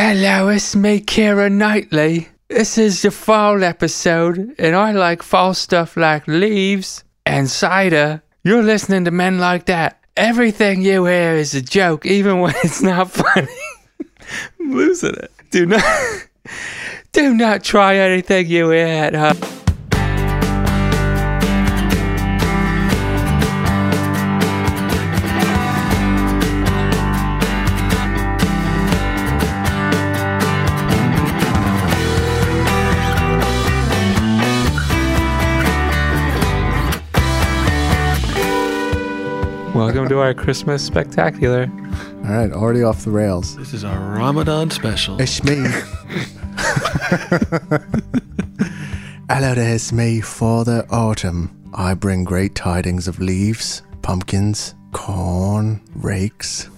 Hello, it's me, Kira Knightley. This is the fall episode, and I like fall stuff like leaves and cider. You're listening to men like that. Everything you hear is a joke, even when it's not funny. I'm losing it. Do not, do not try anything you hear at home. Welcome to our Christmas spectacular. All right, already off the rails. This is our Ramadan special. It's me. Hello there, it's me for the autumn. I bring great tidings of leaves, pumpkins, corn, rakes.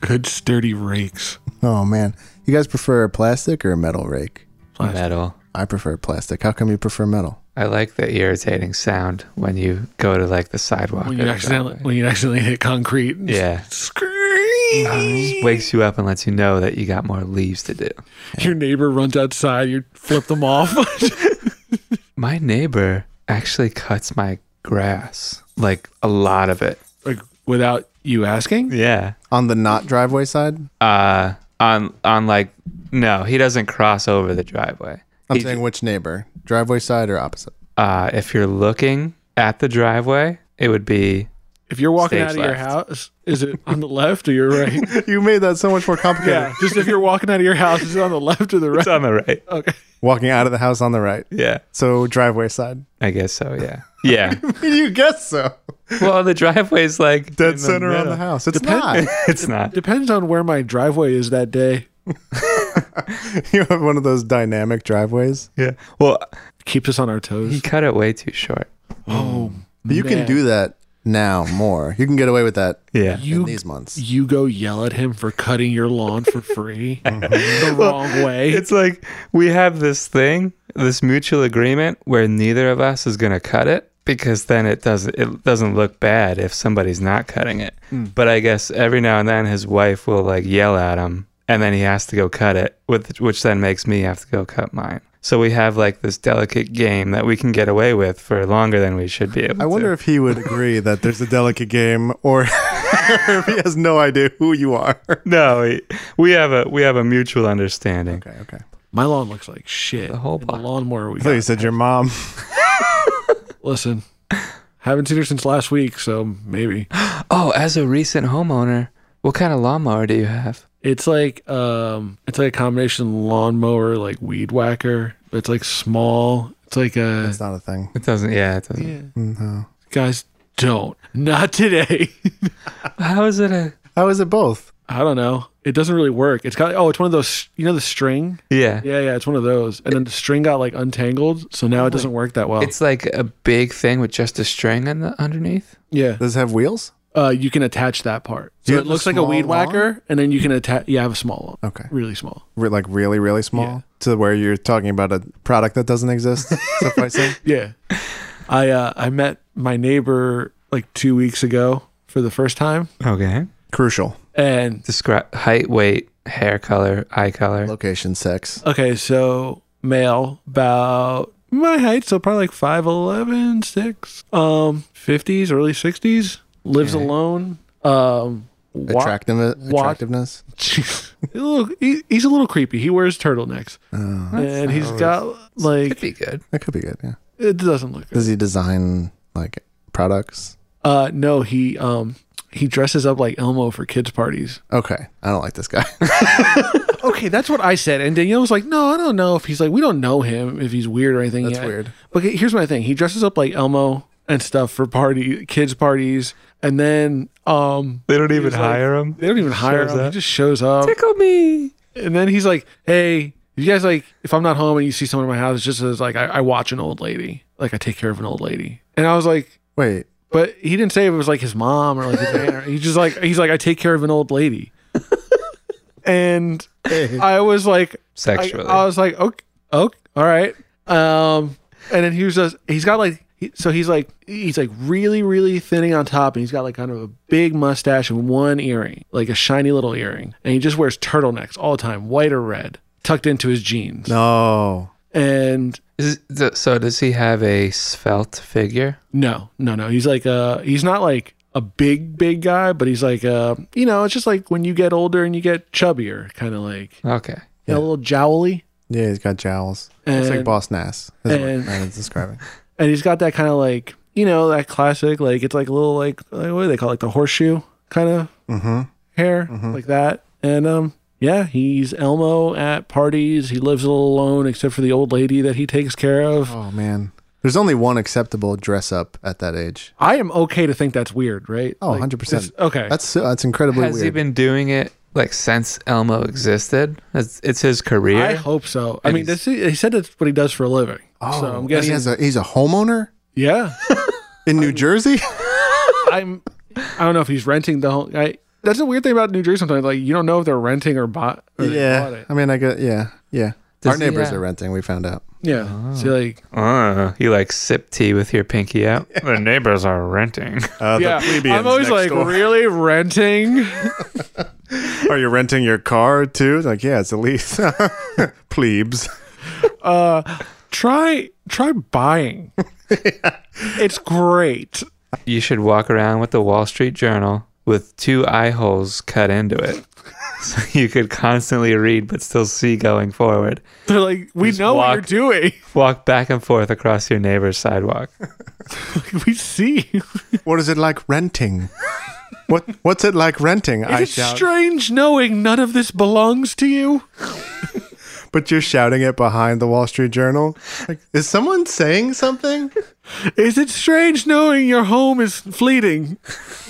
Good sturdy rakes. Oh man, you guys prefer a plastic or a metal rake? Plastic. Metal. I prefer plastic. How come you prefer metal? I like the irritating sound when you go to like the sidewalk. When or you something. accidentally when you accidentally hit concrete. Yeah. Scream. Just wakes you up and lets you know that you got more leaves to do. Your neighbor runs outside. You flip them off. My neighbor actually cuts my grass, like a lot of it. like without you asking. Yeah. On the not driveway side? Uh, on on like no, he doesn't cross over the driveway. I'm He- saying which neighbor? Driveway side or opposite? uh, if you're looking at the driveway, it would be If you're walking Stage out of your left. house, is it on the left or your right? you made that so much more complicated. yeah. Just if you're walking out of your house, is it on the left or the right? it's on the right. Okay. Walking out of the house on the right. Yeah, So driveway side. I guess so. Yeah, yeah. you guess so. well, the driveway's like in Dead the center on middle. the house. It's not. it's not. Depends on where my driveway is that day. you have one of those dynamic driveways. Yeah. Well, Keeps us on our he toes. cut it way too short. Oh, But you can man. do that now more. You can get away with that Yeah. in You these months. you go yell at him for cutting your lawn for free the wrong way. It's like we have this thing, this mutual agreement where neither of us is going to cut it because then it doesn't it doesn't look bad if somebody's not cutting it. Hmm. But I guess every now and then his wife will like yell at him and then he has to go cut it with which then makes me have to go cut mine. So we have like this delicate game that we can get away with for longer than we should be able I wonder to. if he would agree that there's a delicate game or if he has no idea who you are. No, we, we have a we have a mutual understanding. Okay, okay. My lawn looks like shit. The whole And the block. lawnmower we I thought you got. said your mom. Listen, haven't seen her since last week, so maybe Oh, as a recent homeowner, what kind of lawnmower do you have? it's like um, it's like a combination lawnmower like weed whacker. but It's like small. It's like a It's not a thing. It doesn't. Yeah, it doesn't. yeah. No. guys don't not today. How is it a? How is it both? I don't know. It doesn't really work. It's got oh, it's one of those you know the string. Yeah. Yeah, yeah, it's one of those. And then the string got like untangled, so now it doesn't work that well. It's like a big thing with just a string on the, underneath. yeah. Does it have wheels? Uh, you can attach that part. Do So you it have a looks like a small weed lawn? whacker, and then you can attach. Yeah, I have a small one. Okay. Really small. Re- like really, really small Yeah. to where you're talking about a product that doesn't exist. sufficing. Yeah. I uh, I met my neighbor like two weeks ago for the first time, Okay. Crucial. and Describe height, weight, hair color, eye color. Location, sex. okay, so male, about my height, so probably like 5'11", 6, um, fifties, early sixties, lives Okay. alone, um, wa- Attractiveness. wa- Attractiveness. a little, he, he's a little creepy. He wears turtlenecks, Oh, and he's always- got like Could be good. that could be good. Yeah. it doesn't look. Good. Does he design like products? Uh, no, he um he dresses up like Elmo for kids parties. Okay. I don't like this guy. Okay, that's what I said. And Danielle was like, "No, I don't know if he's like we don't know him if he's weird or anything." That's yet." weird. But he- here's my thing: he dresses up like Elmo and stuff for party kids parties, and then um They don't even like- hire him. they don't even hire Shows him. up. He just shows up, Tickle me. and then he's like, "Hey." You guys like if I'm not home and you see someone in my house, it's just as like I, I watch an old lady, like I take care of an old lady, and I was like, Wait. but he didn't say if it was like his mom or like his aunt. Or, he's just like he's like I take care of an old lady, and I was like I, Sexually. I was like okay, okay all right. Um, and then he was just he's got like He, so he's like he's like really really thinning on top, and he's got like kind of a big mustache and one earring, like a shiny little earring, and he just wears turtlenecks all the time, white or red, tucked into his jeans. No. And Is, th- so does he have a svelte figure? no, no, no, he's like uh he's not like a big big guy, but he's like uh you know it's just like when you get older and you get chubbier, kind of like Okay. you know, a little jowly. Yeah, he's got jowls. it's like And- Boss Nass. That's what and- Brandon's describing. and he's got that kind of like you know that classic like it's like a little like, like what do they call it like the horseshoe kind of Mm-hmm. hair like that and um yeah he's elmo at parties he lives all alone except for the old lady that he takes care of Oh man. There's only one acceptable dress up at that age. i am okay to think that's weird right Oh, 100%. it's- okay That's that's incredibly Has weird. he been doing it like since Elmo existed? It's, it's his career. i hope so i And mean this he said that's what he does for a living oh, so i'm and he guessing has a, he's a homeowner yeah in New Jersey. i'm i don't know if he's renting the whole i that's the weird thing about new jersey sometimes like you don't know if they're renting or bought or bought yeah. it. uh, I mean, I got yeah, yeah. Does Our he neighbors have- are renting. We found out. yeah Oh. so like Uh, you like sip tea with your pinky out. the neighbors are renting. Uh, I'm always like, really renting? are you renting your car too? Like, yeah, it's a lease. Plebes. Uh, try try buying. It's great. You should walk around with the Wall Street Journal with two eye holes cut into it. so you could constantly read but still see going forward. They're like, we Just know what you're walk. doing. Walk back and forth across your neighbor's sidewalk. we see. What is it like renting? what What's it like renting? I It's shout, strange knowing none of this belongs to you. but you're shouting it behind the Wall Street Journal. Like, is someone saying something? Is it strange knowing your home is fleeting?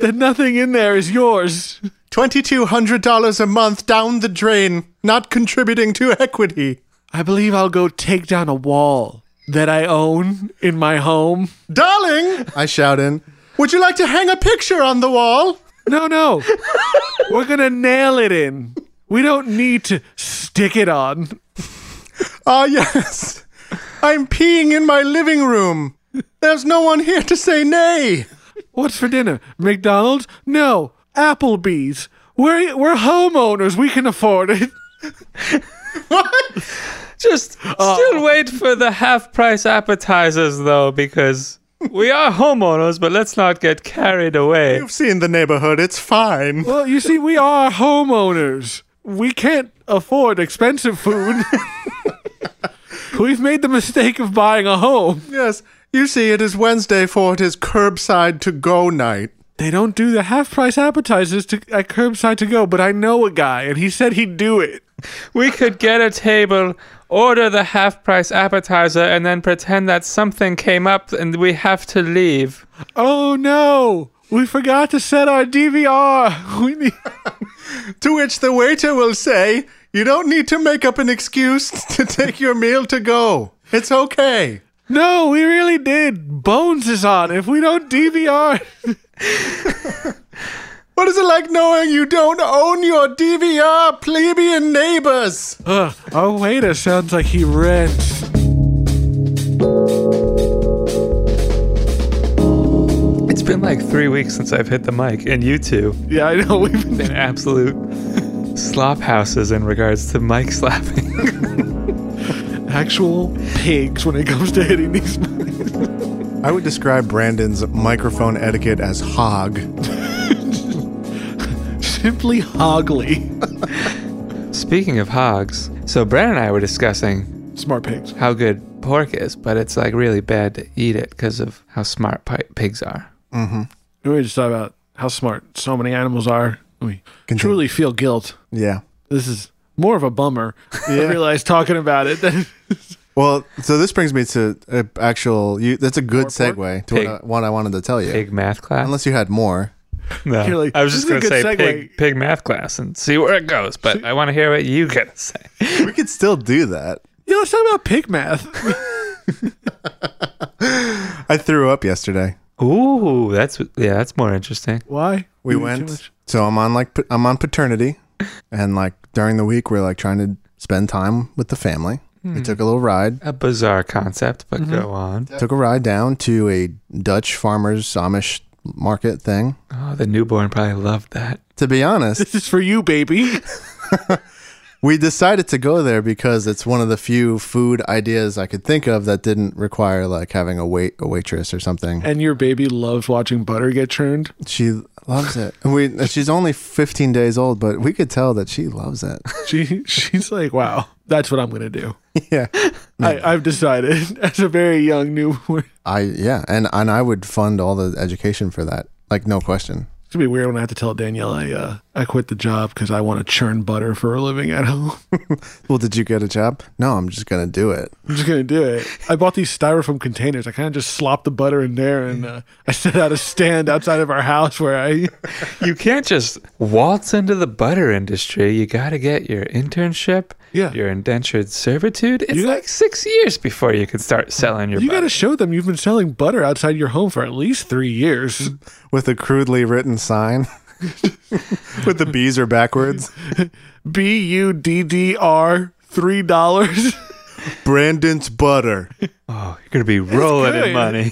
that nothing in there is yours. Twenty-two hundred dollars a month down the drain, not contributing to equity. I believe I'll go take down a wall that I own in my home. Darling, I shout in. Would you like to hang a picture on the wall? No, no. We're going to nail it in. We don't need to stick it on. Ah, yes. I'm peeing in my living room. There's no one here to say nay. What's for dinner? McDonald's? No. Applebee's. We're, we're homeowners. We can afford it. Just still wait for the half price appetizers though, because we are homeowners, but let's not get carried away. You've seen the neighborhood. It's fine. Well, you see, we are homeowners. We can't afford expensive food. We've made the mistake of buying a home. Yes. You see, it is Wednesday, for it is curbside to go night. They don't do the half price appetizers to, at curbside to go, but I know a guy, and he said he'd do it. We could get a table, order the half price appetizer, and then pretend that something came up and we have to leave. Oh no! We forgot to set our DVR. We need. To which the waiter will say, You don't need to make up an excuse to take your meal to go. It's okay. No, we really did. Bones is on. If we don't DVR, What is it like knowing you don't own your DVR plebeian neighbors? Ugh, our waiter sounds like he rents. It's been like three weeks since I've hit the mic, and you two Yeah, I know. We've been been absolute slop houses in regards to mic slapping. actual pigs when it comes to hitting these. I would describe Brandon's microphone etiquette as hog. Simply hoggly. Speaking of hogs, so Brad and I were discussing Smart pigs. how good pork is, but it's like really bad to eat it because of how smart pi- pigs are. We were just talking about how smart so many animals are. We truly feel guilt. Yeah. This is more of a bummer. I Yeah. realized talking about it. that- Well, so this brings me to an actual. You, that's a good pork? segue to what I, what I wanted to tell you. Pig math class. Unless you had more. No, You're like, I was "This just is gonna a say good segue." pig, pig math class and see where it goes. But I want to hear what you gotta say. We could still do that. yeah, let's talk about pig math. I threw up yesterday. Ooh, that's yeah, that's more interesting. Why? We You eat too went. much? So I'm on like pa- I'm on paternity, and like during the week we're like trying to spend time with the family. We took a little ride. A bizarre concept, but Mm-hmm. go on. Took a ride down to a Dutch farmers Amish market thing. Oh, the newborn probably loved that. To be honest, This is for you, baby. we decided to go there because it's one of the few food ideas I could think of that didn't require like having a wait a waitress or something. and your baby loves watching butter get churned. She loves it. And we she's only 15 days old, but we could tell that she loves it. She she's like, wow, that's what I'm gonna do. yeah. I, I've decided as a very young newborn. I yeah, and and I would fund all the education for that. Like no question. It's gonna be weird when I have to tell Danielle I uh, I quit the job because I want to churn butter for a living at home. Well, did you get a job? No, I'm just going to do it. I'm just gonna do it. I bought these styrofoam containers. I kind of just slopped the butter in there, and uh, I set out a stand outside of our house where I You can't just waltz into the butter industry. You got to get your internship, Yeah. your indentured servitude. It's You got- like six years before you can start selling your you got butter. to show them you've been selling butter outside your home for at least three years. With a crudely written sign. With the B's are backwards. B U D D R three dollars. Brandon's butter. oh, you're going to be rolling good. in money.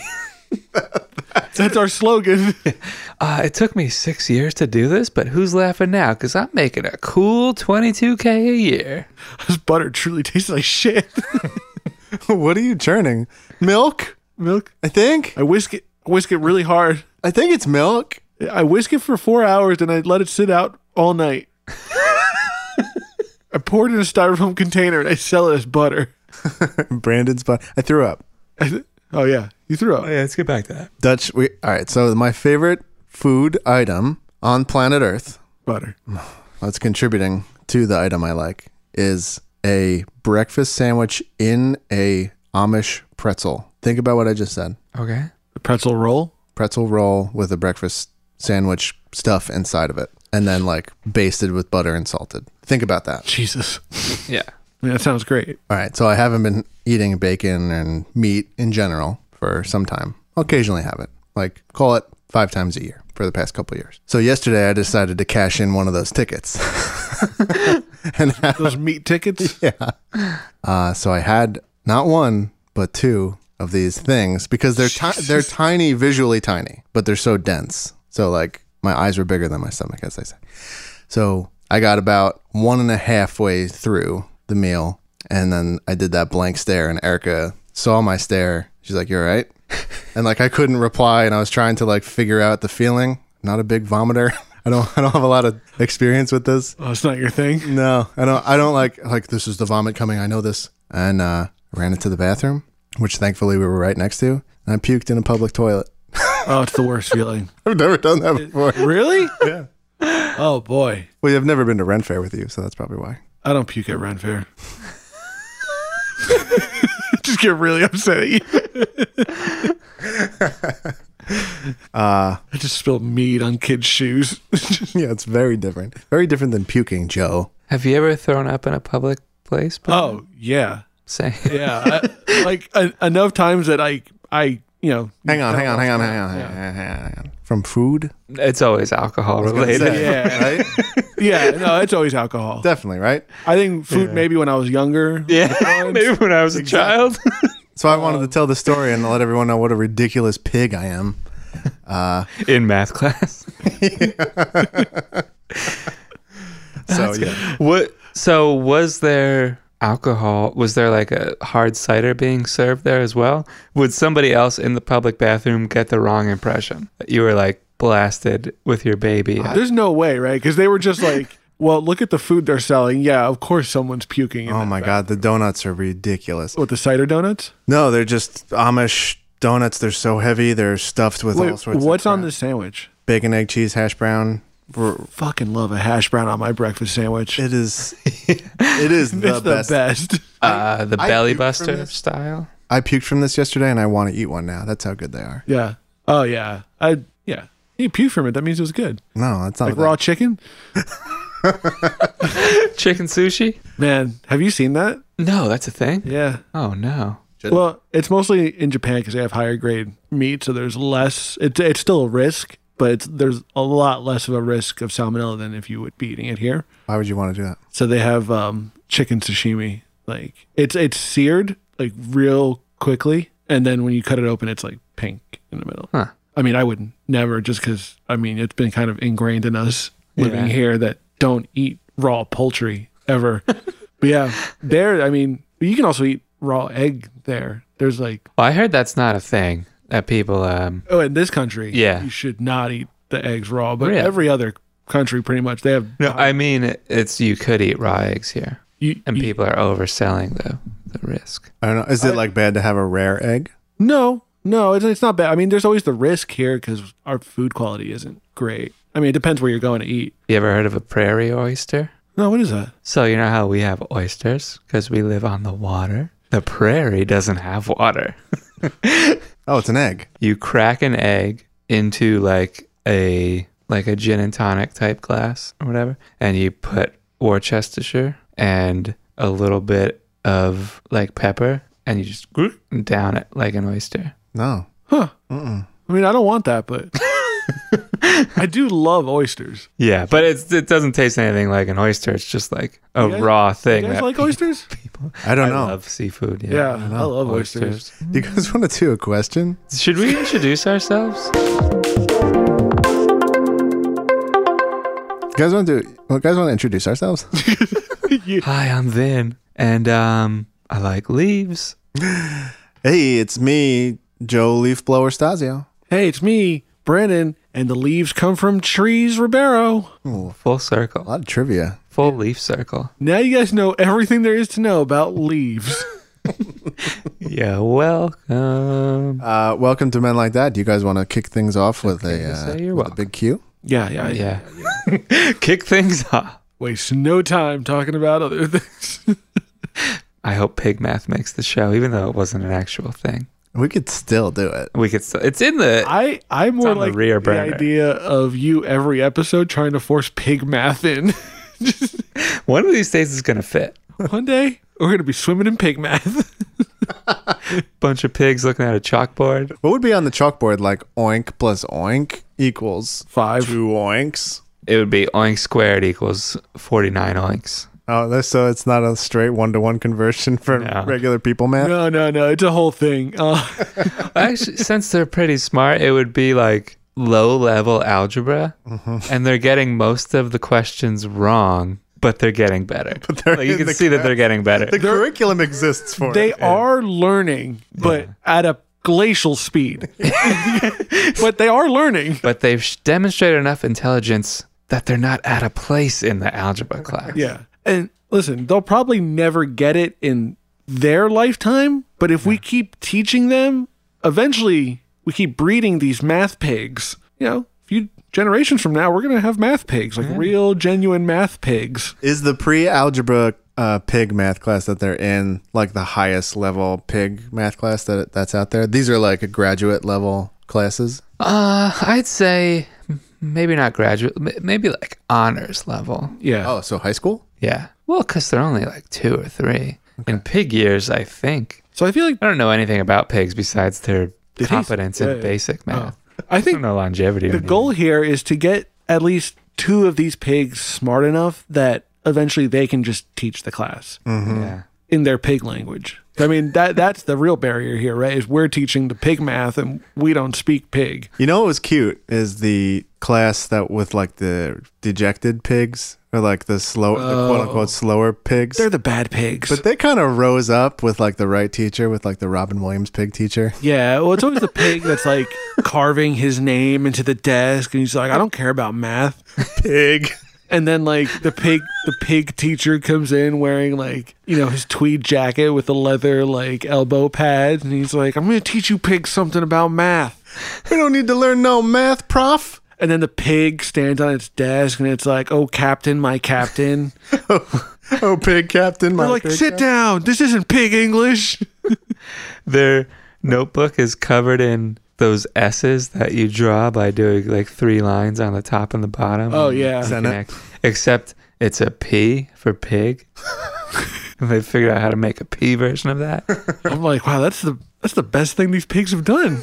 That's our slogan. Uh, it took me six years to do this, but who's laughing now? Because I'm making a cool 22K a year. this butter truly tastes like shit. what are you churning? Milk? Milk. I think. I whisk it. I whisk it really hard. I think it's milk. I whisk it for four hours and I let it sit out all night. I pour it in a styrofoam container and I sell it as butter. Brandon's butter. I threw up. I th- oh yeah, you threw up. yeah, let's get back to that. Dutch. We all right. So my favorite food item on planet Earth butter. that's contributing to the item I like is a breakfast sandwich in a Amish pretzel. Think about what I just said. Okay. A pretzel roll. Pretzel roll with a breakfast sandwich stuff inside of it, and then like basted with butter and salted. Think about that. Jesus. Yeah. I mean, that sounds great. All right, so I haven't been eating bacon and meat in general for some time. I'll occasionally have it, like call it five times a year for the past couple of years. So yesterday I decided to cash in one of those tickets, and have, Those meat tickets. uh, so I had not one but two of these things because they're ti- they're tiny, visually tiny, but they're so dense. So like my eyes were bigger than my stomach, as they say. So I got about one and a half way through the meal, and then I did that blank stare, and Erica saw my stare. She's like, "You're right," and like I couldn't reply, and I was trying to like figure out the feeling. Not a big vomiter. I don't. I don't have a lot of experience with this. Oh, it's not your thing. No, I don't. I don't like like this is the vomit coming. I know this, and uh, ran into the bathroom, which thankfully we were right next to, and I puked in a public toilet. Oh, it's the worst feeling. I've never done that before. Really? Yeah. Oh boy. Well, I've never been to Ren Fair with you, so that's probably why. I don't puke at Ren Fair. Just get really upset at you. Uh, I just spilled meat on kids' shoes. Yeah, it's very different. Very different than puking, Joe. Have you ever thrown up in a public place? oh yeah, Say, yeah. I, like en- enough times that I, I, you know, Hang on, hang on, hang on, hang on, hang on, hang on. From food? it's always alcohol gonna related. say. yeah, Right? yeah. No, it's always alcohol. Definitely, right? I think food maybe when I was younger. Yeah, maybe when I was a child. So I wanted to tell the story and let everyone know what a ridiculous pig I am. In math class. So yeah. What? So was there alcohol? Was there like a hard cider being served there as well? Would somebody else in the public bathroom get the wrong impression that you were like blasted with your baby? There's no way, right? Because they were just like, well, look at the food they're selling. Yeah, of course someone's puking. In Oh that my bag. god, the donuts are ridiculous. With the cider donuts? No, they're just Amish donuts. They're so heavy. They're stuffed with all Wait, sorts what's of on crap. this sandwich? bacon, egg, cheese, hash brown. R- Fucking love a hash brown on my breakfast sandwich. It is it is the, it's the best. best. uh, the I belly puked from buster this. style. I puked from this yesterday and I want to eat one now. That's how good they are. Yeah. Oh yeah. I yeah. You puke from it. That means it was good. No, that's not Like that- raw chicken. Chicken sushi? Man, have you seen that? No, that's a thing. Yeah. Oh no. Well, it's mostly in Japan because they have higher grade meat, so there's less. It's it's still a risk, but it's, there's a lot less of a risk of salmonella than if you would be eating it here. Why would you want to do that? So they have um, chicken sashimi. Like it's it's seared like real quickly, and then when you cut it open, it's like pink in the middle. Huh. I mean, I would never just because I mean it's been kind of ingrained in us living Yeah. here that don't eat raw poultry ever. but yeah, there. I mean, you can also eat raw egg there. There's like Well, I heard that's not a thing that people. Um, oh, in this country, Yeah. you should not eat the eggs raw. But Really? every other country, pretty much, they have no, I mean it's you could eat raw eggs here, you, and you- people are overselling the the risk. I don't know. Is it like bad to have a rare egg? No, no, it's, it's not bad. I mean, there's always the risk here because our food quality isn't great. I mean, it depends where you're going to eat. You ever heard of a prairie oyster? No, what is that? So you know how we have oysters because we live on the water. The prairie doesn't have water. Oh, it's an egg. you crack an egg into like a like a gin and tonic type glass or whatever and you put worcestershire and a little bit of like pepper and you just grrrt and down it like an oyster No. Huh. I mean, I don't want that, but I do love oysters. yeah but it's it doesn't taste anything like an oyster it's just like a You guys- raw You thing guys that like oysters? people I don't I know. love seafood Yeah, yeah, I, love oysters. Do you guys want to do a question? should we introduce ourselves You guys want to do? Well, guys want to introduce ourselves? hi i'm vin and um i like leaves hey, it's me, Joe Leafblower Stasio. Hey, it's me, Brennan, and the leaves come from trees, Ribeiro. full A circle lot of trivia. full leaf circle Now you guys know everything there is to know about leaves. Yeah, welcome. Uh, welcome to Men Like That. Do you guys want to kick things off with a, to uh, say you're with a welcome. big Q? yeah, yeah, yeah. Uh, Yeah. Kick things off. Waste no time talking about other things. I hope Pig Math makes the show, even though it wasn't an actual thing. We could still do it. We could. Still, it's in the. I I more on the like rear the burner. idea of you every episode trying to force pig math in. Just One of these days is gonna fit. one day we're gonna be swimming in pig math. Bunch of pigs looking at a chalkboard. What would be on the chalkboard like oink plus oink equals Five. two oinks? It would be oink squared equals forty nine oinks. Oh, that's, so it's not a straight one to one conversion for No. regular people, man. No, no, no. It's a whole thing. Uh, Actually, since they're pretty smart, it would be like low level algebra, Mm-hmm. and they're getting most of the questions wrong, but they're getting better. they're Like, you in can the see that they're getting better. The curriculum exists for they it. are learning, but at a glacial speed. but they are learning. but they've sh- demonstrated enough intelligence that they're not out of place in the algebra class. Yeah. And listen, they'll probably never get it in their lifetime, but if we keep teaching them, eventually we keep breeding these math pigs. You know, a few generations from now, we're going to have math pigs, like real, genuine math pigs. Is the pre algebra uh, pig math class that they're in like the highest level pig math class that that's out there? These are like graduate level classes. Uh, I'd say m- maybe not graduate, m- maybe like honors level. Yeah. Oh, so high school? Yeah. Well, because they're only like two or three. In pig years, I think. So I feel like I don't know anything about pigs besides their Did he s- competence Yeah, in yeah. basic Oh. math. I I don't think know longevity. the goal here is to get at least two of these pigs smart enough that eventually they can just teach the class Mm. Mm-hmm. Yeah. in their pig language. I mean that that's the real barrier here, right? Is we're teaching the pig math and we don't speak pig. You know what was cute is the class that with like the dejected pigs or like the slow, the quote unquote slower pigs. They're the bad pigs. but they kind of rose up with like the right teacher, with like the Robin Williams pig teacher. yeah, well, it's always the pig that's like carving his name into the desk, and he's like, "I don't care about math." Pig. And then like the pig, the pig teacher comes in wearing like you know his tweed jacket with the leather like elbow pads, and he's like, "I'm going to teach you pigs something about math." we don't need to learn no math, prof. And then the pig stands on its desk, and it's like, "Oh, captain, my captain." Oh, pig captain. My They're like, pig "Sit down. This isn't pig English." Their notebook is covered in those S's that you draw by doing like three lines on the top and the bottom. Oh yeah. Senate. connect, except it's a P for pig. and they figured out how to make a P version of that. I'm like, wow, that's the that's the best thing these pigs have done.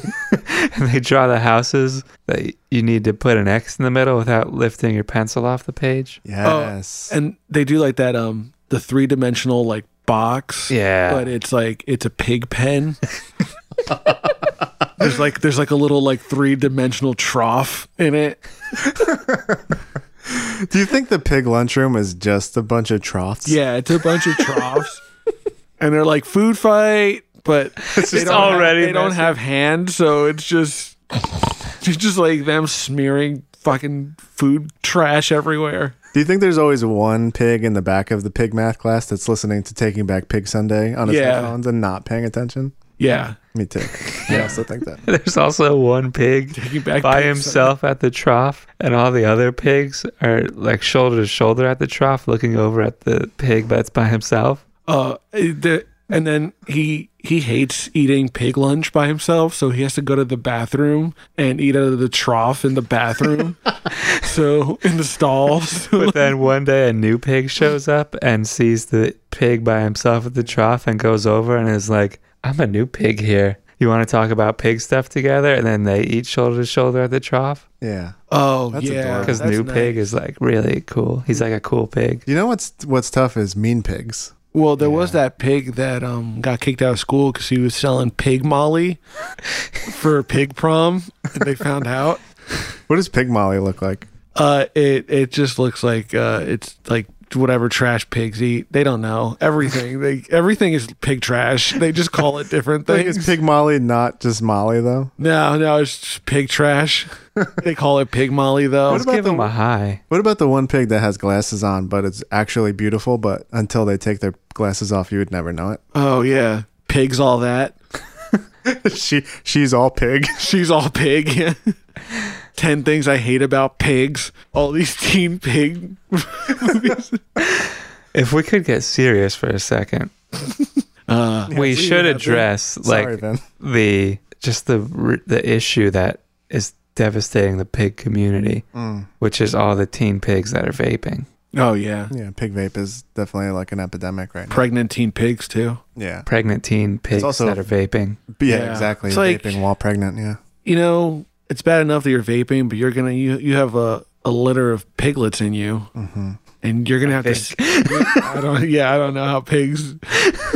and they draw the houses that you need to put an X in the middle without lifting your pencil off the page. Yes. And they do like that um the three dimensional like box. Yeah. But it's like it's a pig pen. there's like there's like a little like three dimensional trough in it. Do you think the pig lunchroom is just a bunch of troughs? Yeah, it's a bunch of troughs. and they're like food fight, but it's just already have, they don't messy. have hands, so it's just it's just like them smearing fucking food trash everywhere. Do you think there's always one pig in the back of the pig math class that's listening to Taking Back Pig Sunday on his Yeah. headphones and not paying attention? Yeah. Me too. I also think that. There's also one pig Taking back by pigs. himself at the trough, and all the other pigs are like shoulder to shoulder at the trough, looking over at the pig that's by himself. Uh, the, and then he he hates eating pig lunch by himself, so he has to go to the bathroom and eat out of the trough in the bathroom. so in the stalls. But then one day, a new pig shows up and sees the pig by himself at the trough and goes over and is like, I'm a new pig here. You want to talk about pig stuff together? And then they eat shoulder to shoulder at the trough Yeah. oh That's yeah, adorable. because that's new nice. pig is like really cool. He's like a cool pig. You know what's what's tough is mean pigs. Well, there was that pig that um got kicked out of school because he was selling pig molly for pig prom. And they found out. What does pig molly look like? Uh, it it just looks like uh, it's like whatever trash pigs eat. They don't know everything. They everything is pig trash. They just call it different Like, is things. pig molly not just molly though? No, no, it's just pig trash. they call it pig molly though. What Let's about give the- him a high. What about the one pig that has glasses on but it's actually beautiful but until they take their glasses off you would never know it? oh yeah, pigs all that. she she's all pig. She's all pig. yeah. Ten things I hate about pigs. All these teen pig movies. If we could get serious for a second, Uh, we please, should Matthew. address like Sorry, Ben. the just the r- the issue that is devastating the pig community, Mm. which is all the teen pigs that are vaping. oh yeah, Yeah, pig vape is definitely like an epidemic right now. pregnant teen pigs too. Yeah. Pregnant teen pigs also- that are vaping. Yeah, Yeah. exactly. It's like- Vaping while pregnant, yeah. You know, it's bad enough that you're vaping, but you're gonna you you have a, a litter of piglets in you, Mm-hmm. and you're gonna have to. I don't. Yeah, I don't know how pigs.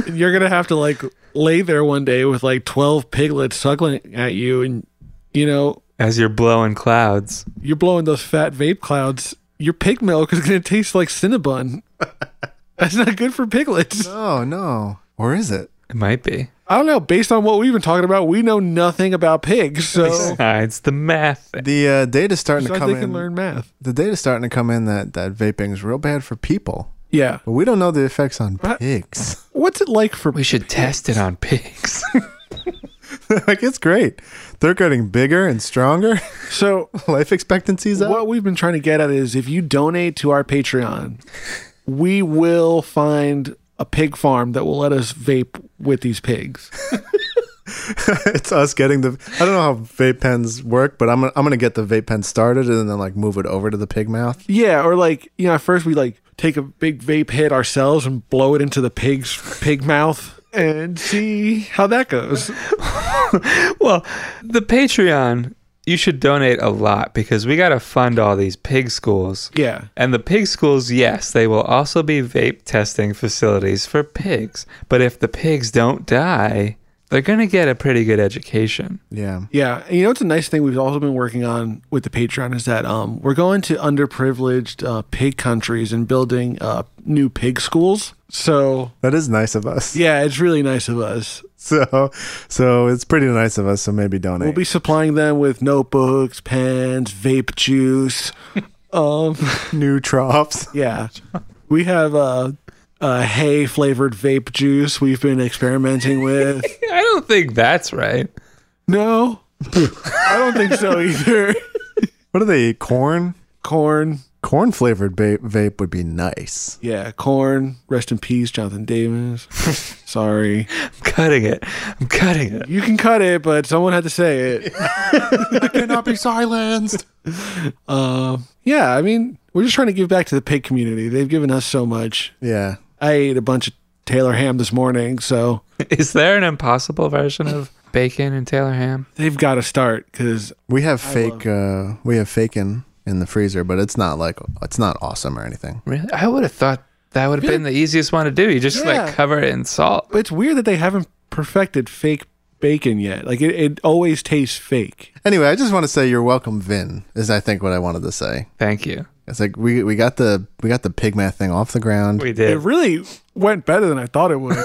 You're gonna have to like lay there one day with like twelve piglets suckling at you, and you know As you're blowing clouds, you're blowing those fat vape clouds. Your pig milk is gonna taste like Cinnabon. That's not good for piglets. Oh no. Or is it? it might be. I don't know. Based on what we've been talking about, we know nothing about pigs, so, Besides Ah, the math. Oh. The uh, data's starting so to I come think in. can learn math. The data's starting to come in that that vaping's real bad for people, Yeah. but we don't know the effects on What? pigs. What's it like for We should test it on pigs. like it's great. They're getting bigger and stronger. so Life expectancy's up. what we've been trying to get at is if you donate to our Patreon, we will find a pig farm that will let us vape with these pigs. it's us getting the. I don't know how vape pens work, but I'm gonna, I'm gonna get the vape pen started and then like move it over to the pig mouth. Yeah, or like, you know, at first we like take a big vape hit ourselves and blow it into the pig's pig mouth and see how that goes. well, the Patreon, you should donate a lot because we got to fund all these pig schools. Yeah. And the pig schools, yes, they will also be vape testing facilities for pigs. But if the pigs don't die, they're going to get a pretty good education. Yeah, Yeah, and you know it's a nice thing we've also been working on with the Patreon is that um, we're going to underprivileged uh, pig countries and building uh, new pig schools. So that is nice of us. yeah, it's really nice of us. So so it's pretty nice of us. So maybe donate. We'll be supplying them with notebooks, pens, vape juice. um, new troughs. yeah, we have uh, uh, hay flavored vape juice. We've been experimenting with. I don't think that's right. No, I don't think so either. What do they eat? Corn. Corn, Corn flavored ba- vape would be nice. Yeah, corn. Rest in peace, Jonathan Davis. Sorry, I'm cutting it. I'm cutting it. you can cut it, but someone had to say it. I cannot be silenced. Um, yeah, I mean, we're just trying to give back to the pig community. They've given us so much. Yeah. I ate a bunch of Taylor ham this morning, so Is there an impossible version of bacon and Taylor ham? they've got to start because We have fake uh we have fakin in the freezer, but it's not like it's not awesome or anything. Really? I would have thought That would have been the easiest one to do. You just Yeah. like cover it in salt. It's weird that they haven't perfected fake bacon yet. Like it, it always tastes fake. Anyway, I just want to say you're welcome, Vin. Is I think what I wanted to say. Thank you. It's like we we got the we got the pig math thing off the ground. We It did. really went better than I thought it would.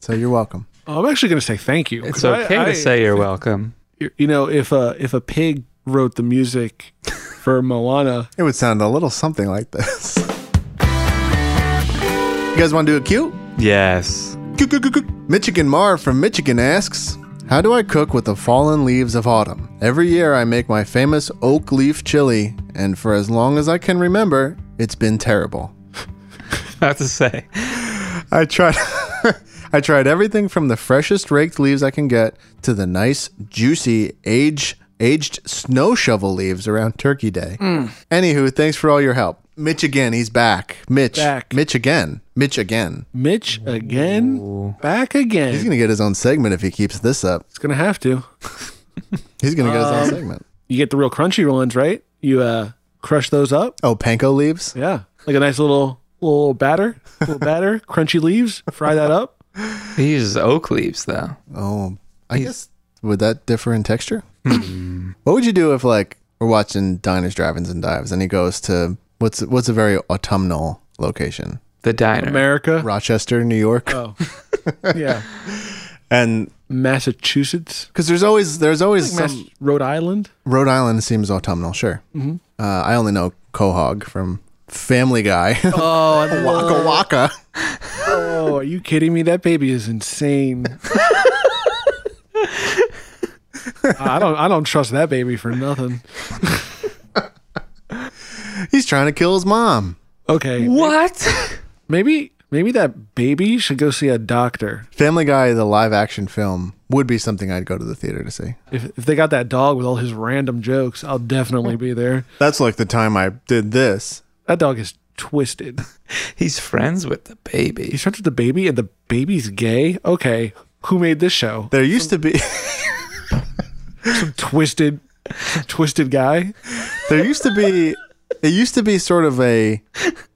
So you're welcome. I'm actually going to say thank you. It's 'cause I- okay I- to say you're welcome. you know, if a if a pig wrote the music for Moana, It would sound a little something like this. You guys want to do a cute? Yes. Michigan Mar from Michigan asks, How do I cook with the fallen leaves of autumn? Every year I make my famous oak leaf chili, and for as long as I can remember, it's been terrible. Not to say. I tried I tried everything from the freshest raked leaves I can get to the nice, juicy, age aged snow shovel leaves around Turkey Day. Anywho, thanks for all your help. Mitch again, he's back. Mitch. Back. Mitch again. Mitch again. Mitch again, back again. He's gonna get his own segment if he keeps this up. it's gonna have to. He's gonna get his own segment. You get the real crunchy ones, right? You uh, crush those up. Oh, panko leaves? Yeah, like a nice little little batter, little batter, crunchy leaves. Fry that up. He uses oak leaves though. Oh, I guess would that differ in texture? what would you do if like we're watching Diners, Drive-ins, and Dives, and he goes to what's what's a very autumnal location, The diner. America. Rochester, New York, Oh, yeah, and Massachusetts, because there's always there's always Mass- Mm-hmm. some Rhode Island. Rhode Island seems autumnal, sure. Uh, I only know Quahog from Family Guy, Oh, I Waka Waka. oh, are you kidding me? That baby is insane. I don't. I don't trust that baby for nothing. He's trying to kill his mom. Okay, What? maybe maybe that baby should go see a doctor. Family Guy, the live action film, would be something I'd go to the theater to see. If if they got that dog with all his random jokes, I'll definitely be there. That's like the time I did this. That dog is twisted. He's friends with the He baby. starts with the baby, and the baby's gay. Okay, who made this show? There used to be. Twisted, twisted guy. there used to be it used to be sort of a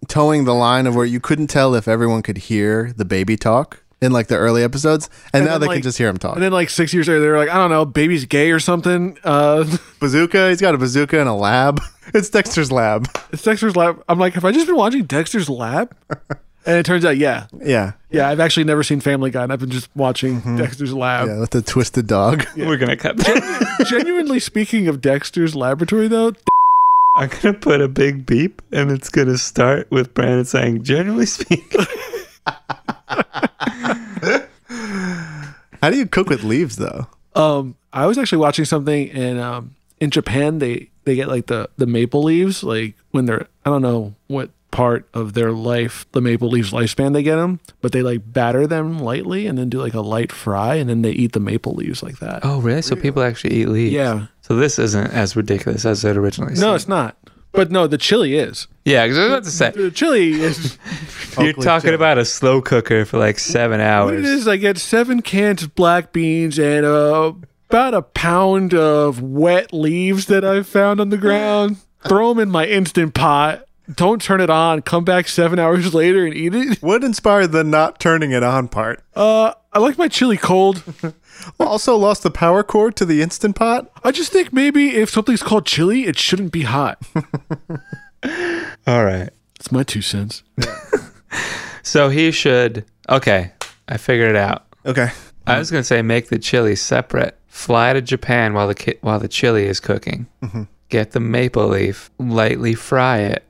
towing the line of where you couldn't tell if everyone could hear the baby talk in like the early episodes and, now then, they like- can just hear him talk And then like six years later, they were like, I don't know, baby's gay or something. Uh, bazooka he's got a bazooka in a lab it's dexter's lab it's Dexter's Lab. I'm like, have I just been watching Dexter's Lab? And it turns out, yeah, yeah yeah, I've actually never seen Family Guy, and I've been just watching Dexter's Lab. yeah with the twisted dog We're gonna cut that. Genuinely speaking of Dexter's Laboratory, though, I'm gonna put a big beep and it's gonna start with Brandon saying, generally speaking. how do you cook with leaves though Um, I was actually watching something, and um, in Japan they they get like the the maple leaves, like when they're I don't know what part of their life the maple leaves lifespan they get them, but they like batter them lightly and then do like a light fry, and then they eat the maple leaves like that. Oh really? So people actually eat leaves. Yeah, So this isn't as ridiculous as it originally no, seemed. it's not. But no, the chili is. Yeah, because I was about to say The chili is. you're talking about a slow cooker for like seven what it hours. is, I get seven cans of black beans and uh, about a pound of wet leaves that I found on the ground. Throw them in my instant pot. Don't turn it on. Come back seven hours later and eat it. what inspired the not turning it on part Uh, I like my chili cold. also lost the power cord to the instant pot I just think maybe if something's called chili, it shouldn't be hot. All right. It's my two cents. So he should okay. I figured it out. okay I was gonna say make the chili separate. Fly to Japan while the ki- while the chili is cooking. Get the maple leaf, lightly fry it.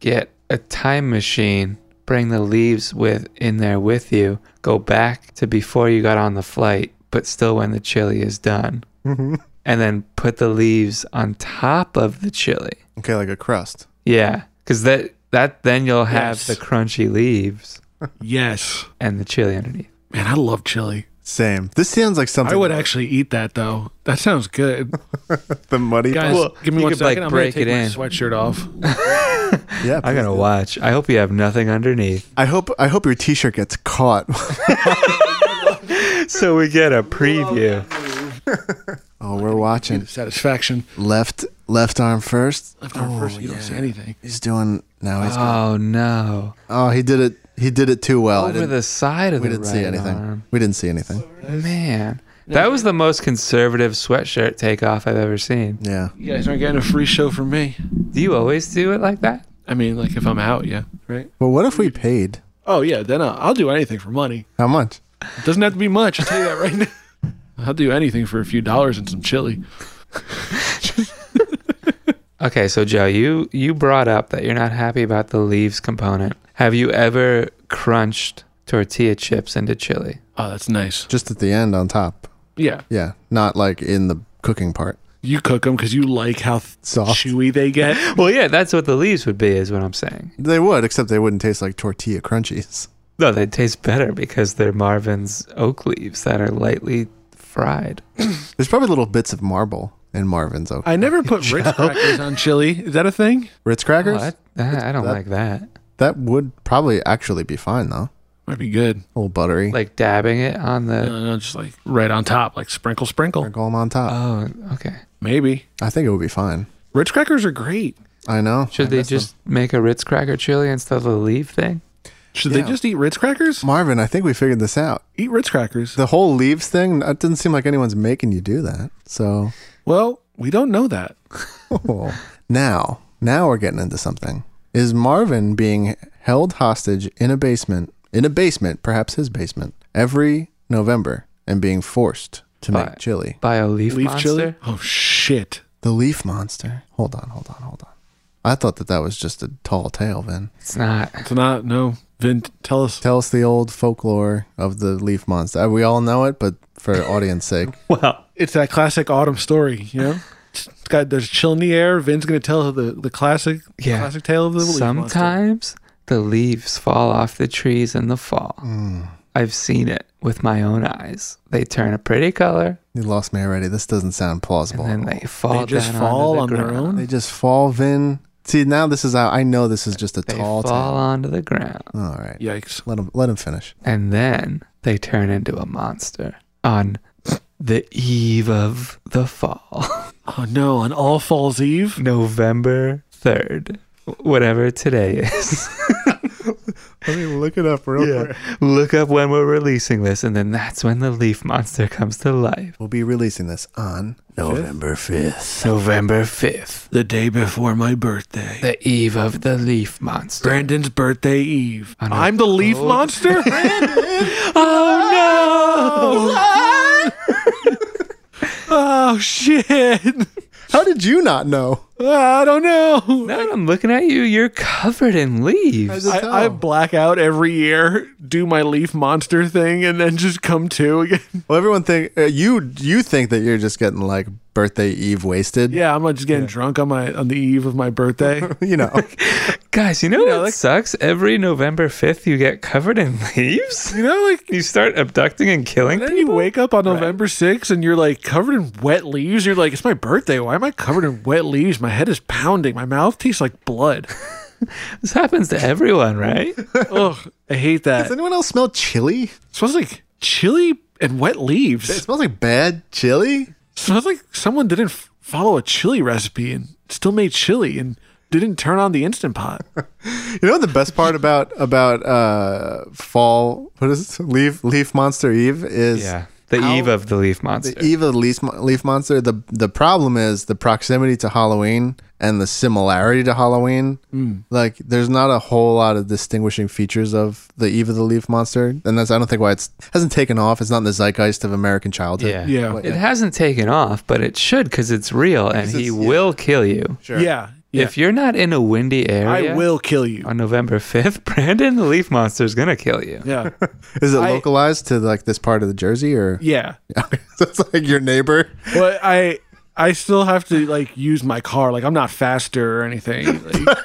Get a time machine. Bring the leaves with in there with you. Go back to before you got on the flight, but still when the chili is done. And then put the leaves on top of the chili. okay like a crust Yeah, because that that then you'll have Yes. the crunchy leaves Yes. and the chili underneath. Man, I love chili. same this sounds like something I would actually eat that though. That sounds good. the muddy Guys, Well, give me you one could, second. like, I'm break gonna take it my in. sweatshirt off. yeah I'm please. gonna watch. I hope you have nothing underneath. I hope I hope your T-shirt gets caught. so we get a preview. oh, we're watching Satisfaction. left left arm first. Left arm first. You don't see anything. He's doing Now he's oh. Oh no! he did it he did it too well. Oh, I Over didn't- the side of we the didn't see right anything. arm. We didn't see anything. Man, that was the most conservative sweatshirt takeoff I've ever seen. Yeah. You guys aren't getting a free show from me. Do you always do it like that? I mean, like if I'm out, yeah, right. But what if we paid? Oh yeah, then I'll, I'll do anything for money. How much? It doesn't have to be much. I'll tell you that right now. I'll do anything for a few dollars and some chili. Okay, so Joe, you you brought up that you're not happy about the leaves component. Have you ever crunched tortilla chips into chili? Oh, that's nice. Just at the end on top. Yeah, Yeah. Not like in the cooking part. you cook them because you like how th- Soft. chewy they get. Well, yeah, that's what the leaves would be, is what I'm saying. They would, except they wouldn't taste like tortilla crunchies. No, they taste better because they're Marvin's oak leaves that are lightly fried. There's probably little bits of marble in Marvin's oak. I never put Ritz crackers on chili. Is that a thing? Ritz crackers? What? Ah, I don't that- like that. That would probably actually be fine though. Might be good. A little buttery. Like dabbing it on the. No, no, just like right on top, like sprinkle, sprinkle. Sprinkle 'em on top. Oh, okay. Maybe I think it would be fine. Ritz crackers are great. I know. Should they just make a Ritz cracker chili instead of the leaf thing? Should Yeah. they just eat Ritz crackers? Marvin, I think we figured this out. Eat Ritz crackers. The whole leaves thing, it doesn't seem like anyone's making you do that. So Well, we don't know that. Oh. now, now we're getting into something. Is Marvin being held hostage in a basement, in a basement, perhaps his basement, every November and being forced to make By- chili? By a leaf, Leaf monster? chili. Oh shit! The leaf monster. Hold on, hold on, hold on. I thought that that was just a tall tale, Vin. It's not. It's not no. Vin, tell us. Tell us the old folklore of the leaf monster. Uh, We all know it, but for audience sake, Well, It's that classic autumn story. You know, it's got there's chill in the air. Vin's gonna tell the the classic Yeah. classic tale of the leaf monster. Sometimes the leaves fall off the trees in the fall. mm, I've seen it with my own eyes. They turn a pretty color you lost me already. This doesn't sound plausible. and then they fall They just down fall onto the on their ground. own? They just fall, Vin. See, now this is how I know this is just a They tall fall tale. onto the ground All right. Yikes! Let him let him finish. and then they turn into a monster on the eve of the fall. Oh no! On All Falls Eve. November 3rd, whatever today is. Let me look it up real Yeah. Look up when we're releasing this, and then that's when the leaf monster comes to life. We'll be releasing this on November fifth. November 5th, The day before my birthday. the eve of the leaf monster. Brandon's birthday eve. know. I'm the leaf Oh. monster. Oh oh shit! How did you not know? I don't know. no! Now that I'm looking at you, you're covered in leaves. Just tell I, I him. black out every year, do my leaf monster thing, and then just come to again. Well, everyone think uh, you you think that you're just getting like birthday eve wasted. Yeah, I'm not just getting drunk on my on the eve of my birthday. You know, Guys, you know what like- sucks? Every November 5th, you get covered in leaves. you know, like You start abducting and killing then people. you wake up on November 6th and you're like covered in wet leaves. You're like, it's my birthday. Why am I covered in wet leaves? My head is pounding. My mouth tastes like blood. This happens to everyone, right? Ugh, I hate does that. It anyone else smell chili? smells like chili and wet It leaves. smells like bad chili. smells like someone didn't f- follow a chili recipe and still made chili and didn't turn on the instant pot. You know the best part about about uh fall what is it? leaf leaf monster eve is Yeah. The How- eve of the leaf monster. The Eve of the Leaf, Mon- Leaf Monster. The the problem is the proximity to Halloween and the similarity to Halloween. Hmm. Like, there's not a whole lot of distinguishing features of the Eve of the Leaf Monster, and that's I don't think why it's hasn't taken off. It's not in the zeitgeist of American childhood. yeah. Yeah. It hasn't taken off, but it should because it's real and he it's- yeah. will kill you. sure. Yeah. Yeah. If you're not in a windy area I will kill you. Oh, on November 5th, Brandon the leaf monster is going to kill you. Yeah. Is it I- localized to like this part of the Jersey or? Yeah. so it's like your neighbor. But I I still have to like use my car. Like I'm not faster or anything. Like,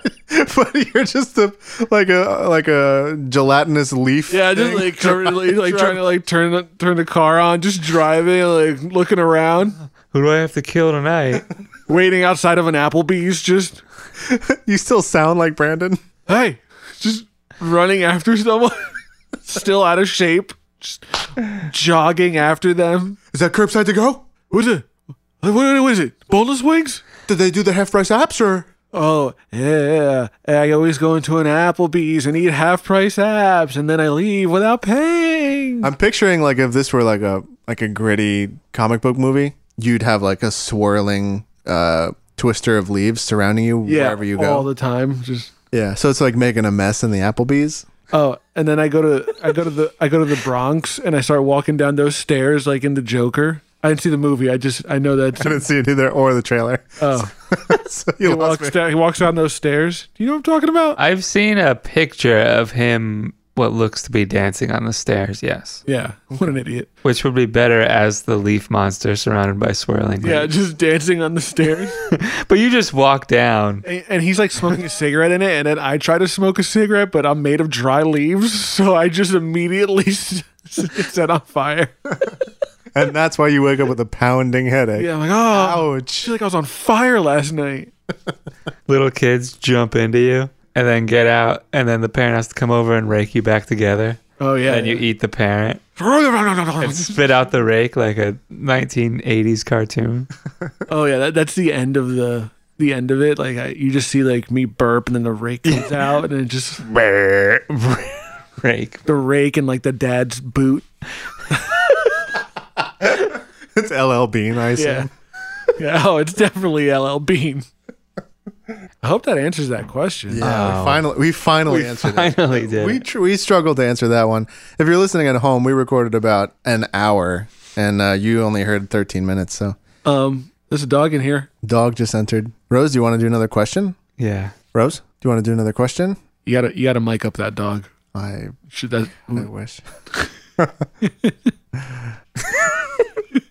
But you're just a like a like a gelatinous leaf. yeah, just thing. like trying, like, like trying to like turn the, turn the car on, just driving, like looking around, Who do I have to kill tonight? waiting outside of an Applebee's, just you still sound like Brandon. hey, just running after someone, still out of shape, just jogging after them. Is that curbside to go? What's it? What, what is it? Boneless wings? Did they do the half price apps or? oh yeah, I always go into an Applebee's and eat half price apps, and then I leave without paying. I'm picturing like if this were like a like a gritty comic book movie, you'd have like a swirling uh, twister of leaves surrounding you yeah, wherever you all go. the time. Just yeah, so it's like making a mess in the Applebee's. oh, and then I go to I go to the I go to the Bronx and I start walking down those stairs like in the Joker. I didn't see the movie. I just I know that. I didn't see it either, or the trailer. Oh, so you he lost walks me. down. He walks down those stairs. Do you know what I'm talking about? I've seen a picture of him, what looks to be dancing on the stairs, yes. yeah, what an idiot. Which would be better as the leaf monster surrounded by swirling Yeah, leaves. just dancing on the stairs. But you just walk down. and, and he's like smoking a cigarette in it, and then I try to smoke a cigarette, but I'm made of dry leaves, so I just immediately s- s- set on fire. and that's why you wake up with a pounding headache. Yeah, I'm like, oh, I Ouch. feel like I was on fire last night. Little kids jump into you and then get out, and then the parent has to come over and rake you back together. Oh yeah, And you eat the parent. oh Spit out the rake like a 1980s cartoon. yeah, that, that's the end of the the end of it. Like I, you just see like me burp, and then the rake comes out, and it just rake. the rake and like the dad's boot. It's LL Bean, I assume. Yeah. yeah. Oh, it's definitely LL Bean. I hope that answers that question. Yeah, we finally, we finally answered it. Finally did. We it. tr- we struggled to answer that one. If you're listening at home, we recorded about an hour, and uh, you only heard 13 minutes. So, Um, there's a dog in here. dog just entered. Rose, do you want to do another question? Yeah. Rose, do you want to do another question? You gotta you gotta mic up that dog. I, Should that I wish.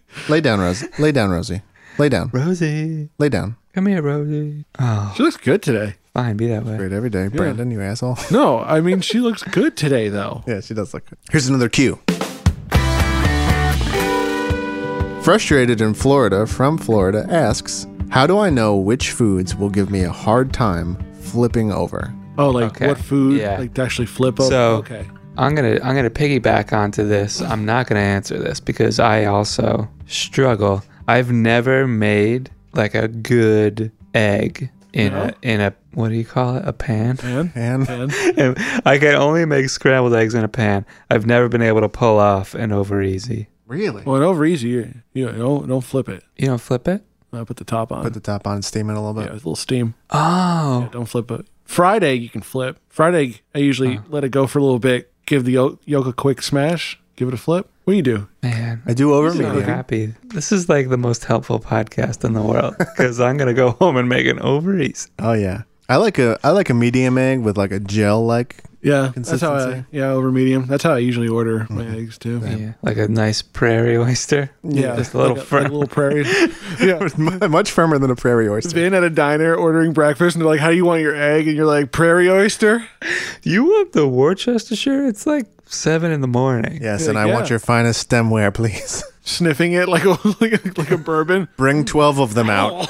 Lay down, Rose. Lay down, Rosie. Lay down. Rosie. Lay down. Come here, Rosie. Oh, she looks good today. fine. Be that way. Great every day, Brandon. You asshole. No, I mean she looks good today though. Yeah, she does look good. Here's another cue. Frustrated in Florida from Florida asks, How do I know which foods will give me a hard time flipping over? Oh, like Okay. what food? Yeah. Like to actually flip over. So- okay. I'm gonna I'm gonna piggyback onto this. I'm not gonna answer this because I also struggle. I've never made like a good egg in No? a in a what do you call it? A pan. Man, And man. And I can only make scrambled eggs in a pan. I've never been able to pull off an over easy. really? Well, and over easy. You, you don't don't flip it. You don't flip it? I put the top on. Put the top on and steam it a little yeah, bit. with a little steam. Oh, Don't flip it. Fried egg you can flip. Fried egg I usually Uh-huh. let it go for a little bit. Give the yolk, yolk a quick smash. Give it a flip. What do you do? man. I do over I'm so medium. happy. This is like the most helpful podcast in the world because I'm gonna go home and make an over easy. Oh yeah. I like a I like a medium egg with like a gel like Yeah, that's how I, Consistency. yeah over medium. That's how I usually order my eggs too. Yeah, like a nice prairie oyster. Yeah, just a little like fir- like little prairie. yeah, much firmer than a prairie oyster. been at a diner ordering breakfast, and they're like, "How do you want your egg?" And you're like, "Prairie oyster." You want the Worcestershire? It's like seven in the morning. Yes, Heck and I want yeah. your finest stemware, please. Sniffing it like a like a, like a bourbon. Bring 12 of them out.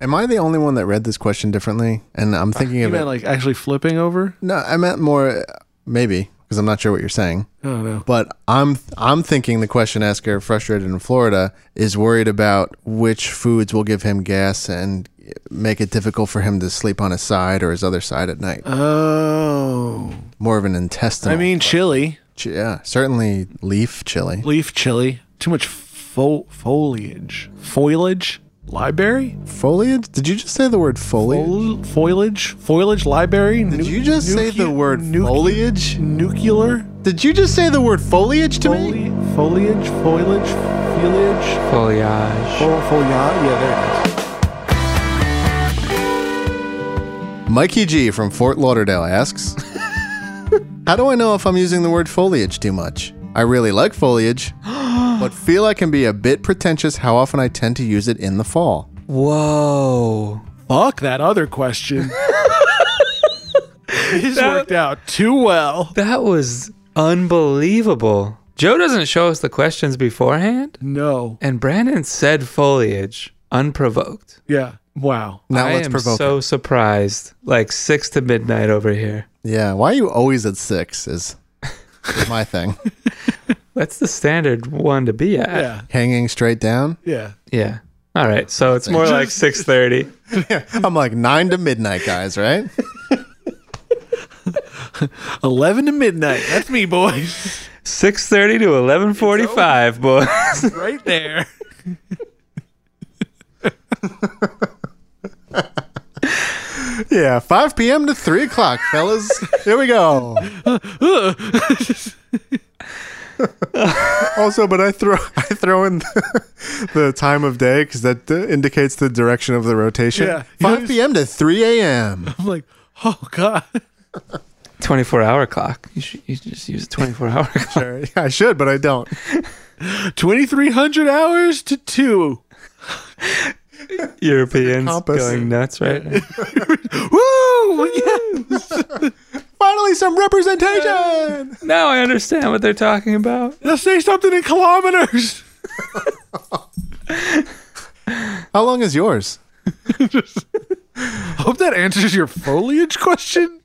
Am I the only one that read this question differently? And I'm thinking You of it meant like actually flipping over? No, I meant more uh, maybe because I'm not sure what you're saying. I don't know. But I'm I'm thinking the question asker frustrated in Florida is worried about which foods will give him gas and make it difficult for him to sleep on his side or his other side at night. Oh, More of an intestinal. I mean chili, Ch- yeah, certainly leaf chili, leaf chili. Too much fo- foliage, foliage, library, foliage. Did you just say the word foliage? Fol- foliage, foliage, library. Did you just say the word foliage? Nuclear Did you just say the word foliage to me? Foli- foliage, foliage, foliage. Foliage. Oh, foliage. Yeah, there it is. Mikey G from Fort Lauderdale asks How do I know if I'm using the word foliage too much? I really like foliage, but feel I can be a bit pretentious how often I tend to use it in the fall. Whoa. Fuck that other question. this worked out too well. That was unbelievable. Joe doesn't show us the questions beforehand. No. And Brandon said foliage unprovoked. Yeah. Wow. Now I let's am provoke. so surprised. Like six to midnight over here. it. Yeah, why are you always at six is, is my thing. That's the standard one to be at. Yeah. Hanging straight down? Yeah. Yeah. All right, so it's more like six thirty. I'm like nine to midnight, guys. Right? 11 to midnight. That's me, boys. Six thirty to eleven forty-five, boys. right there. yeah. 5 p.m. to three o'clock, fellas. Here we go. also, but I throw I throw in the, the time of day because that uh, indicates the direction of the rotation. Yeah. 5 p.m. to 3 a.m. I'm like, oh, God. Twenty-four hour clock. You should you should just use a twenty-four hour clock. Sure. Yeah, I should, but I don't. 2,300 hours to two. Europeans compass. going nuts right now. Woo! Yeah. Finally, some representation. Now I understand what they're talking about. Now say something in kilometers. How long is yours? Hope that answers your foliage question.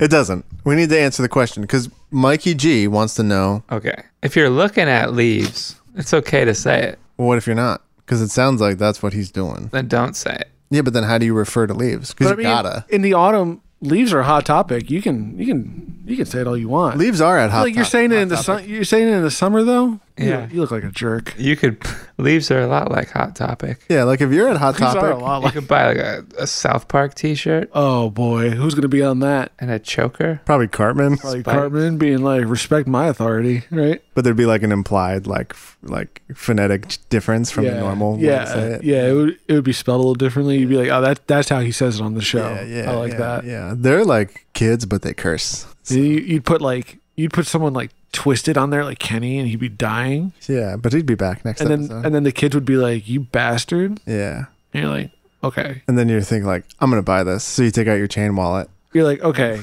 It doesn't. We need to answer the question because Mikey G wants to know Okay. If you're looking at leaves, it's okay to say it. well, what if you're not? Because it sounds like that's what he's doing. Then don't say it. Yeah, but then how do you refer to leaves? Because you But I mean, gotta. In the autumn, leaves are a hot topic. You can you can you can say it all you want. Leaves are at hot. like you're top- saying it hot in the topic. sun, you're saying it in the summer though. You- Yeah. you, look like a jerk. You could leaves are a lot like hot topic. Yeah, like if you're at hot These are a topic, lot You like. could buy like a, a South Park T-shirt Oh boy, who's gonna be on that? and a choker. probably Cartman, Like Spikes. Cartman being like, respect my authority, right? but there'd be like an implied like f- like phonetic ch- difference from the normal. way to Yeah, say it. yeah. It would it would be spelled a little differently. You'd be like, oh, that that's how he says it on the show. yeah, yeah. I like yeah, that. Yeah, they're like kids, but they curse. So you, you'd put like you'd put someone like twisted on there, like Kenny, and he'd be dying, Yeah, but he'd be back next and then episode. and then the kids would be like, you bastard. yeah, And you're like, okay. and then you're thinking like, I'm gonna buy this, so you take out your chain wallet. You're like, okay.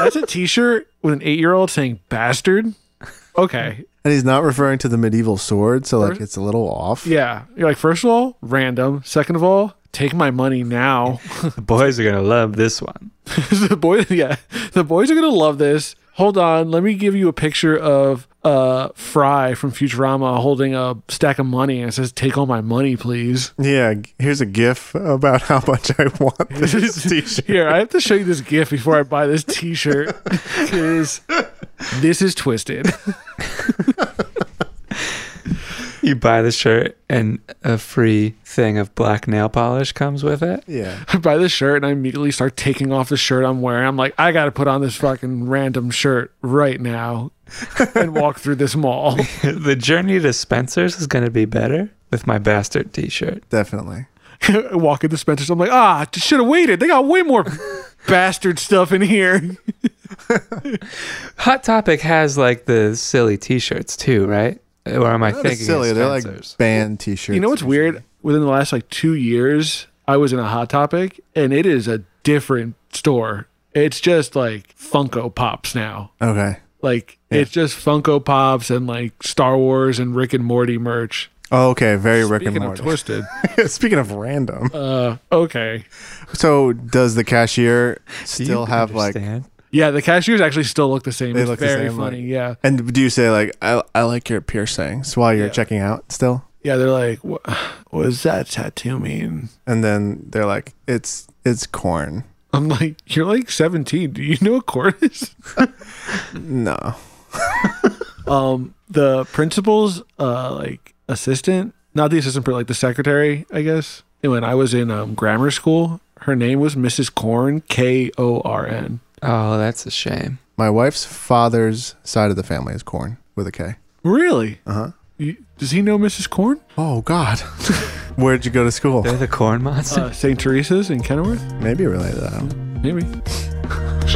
That's a T-shirt with an eight-year-old saying "bastard." Okay, And he's not referring to the medieval sword, so like it's a little off. yeah. You're like, first of all, random. Second of all, take my money now. The boys are gonna love this one. the boy, yeah, the boys are gonna love this. Hold on, let me give you a picture of uh Fry from Futurama holding a stack of money and it says, "Take all my money, please." Yeah, g- here's a gif about how much I want this t-shirt. Here, I have to show you this GIF before I buy this T-shirt because this is twisted. You buy the shirt and a free thing of black nail polish comes with it. Yeah. I buy this shirt and I immediately start taking off the shirt I'm wearing. I'm like, I gotta put on this fucking random shirt right now and walk through this mall. the journey to Spencer's is gonna be better with my bastard T-shirt. Definitely. walk into Spencer's. I'm like, ah, should have waited. They got way more bastard stuff in here. Hot Topic has like the silly T-shirts too, right? Or am I Not thinking as silly. of They're like Spencer's? band t-shirts. You know what's weird? Within the last like two years, I was in a hot topic and it is a different store. It's just like Funko Pops now. Okay. Like it's just Funko Pops and like Star Wars and Rick and Morty merch. Oh, okay. Very Rick Speaking and of Morty. twisted, Speaking of random, uh, okay. so does the cashier Do you still have like? understand? Yeah, the cashiers actually still look the same. They it's look the very same, funny. like- yeah, And do you say like I, I like your piercings while you're Yeah. checking out still? yeah. They're like, what, what does that tattoo mean? And then they're like, it's it's corn. I'm like, you're like 17. Do you know what corn is? No. um, the principal's uh like assistant, not the assistant, but like the secretary, I guess. And when I was in um, grammar school, her name was Mrs. Corn, K O R N. Oh, that's a shame. My wife's father's side of the family is corn with a K. Really? Uh huh. You, does he know Mrs. Corn? Oh God. Where'd you go to school? They're the corn monster. Uh, St. Teresa's in Kenilworth? Maybe related. I don't know. Maybe.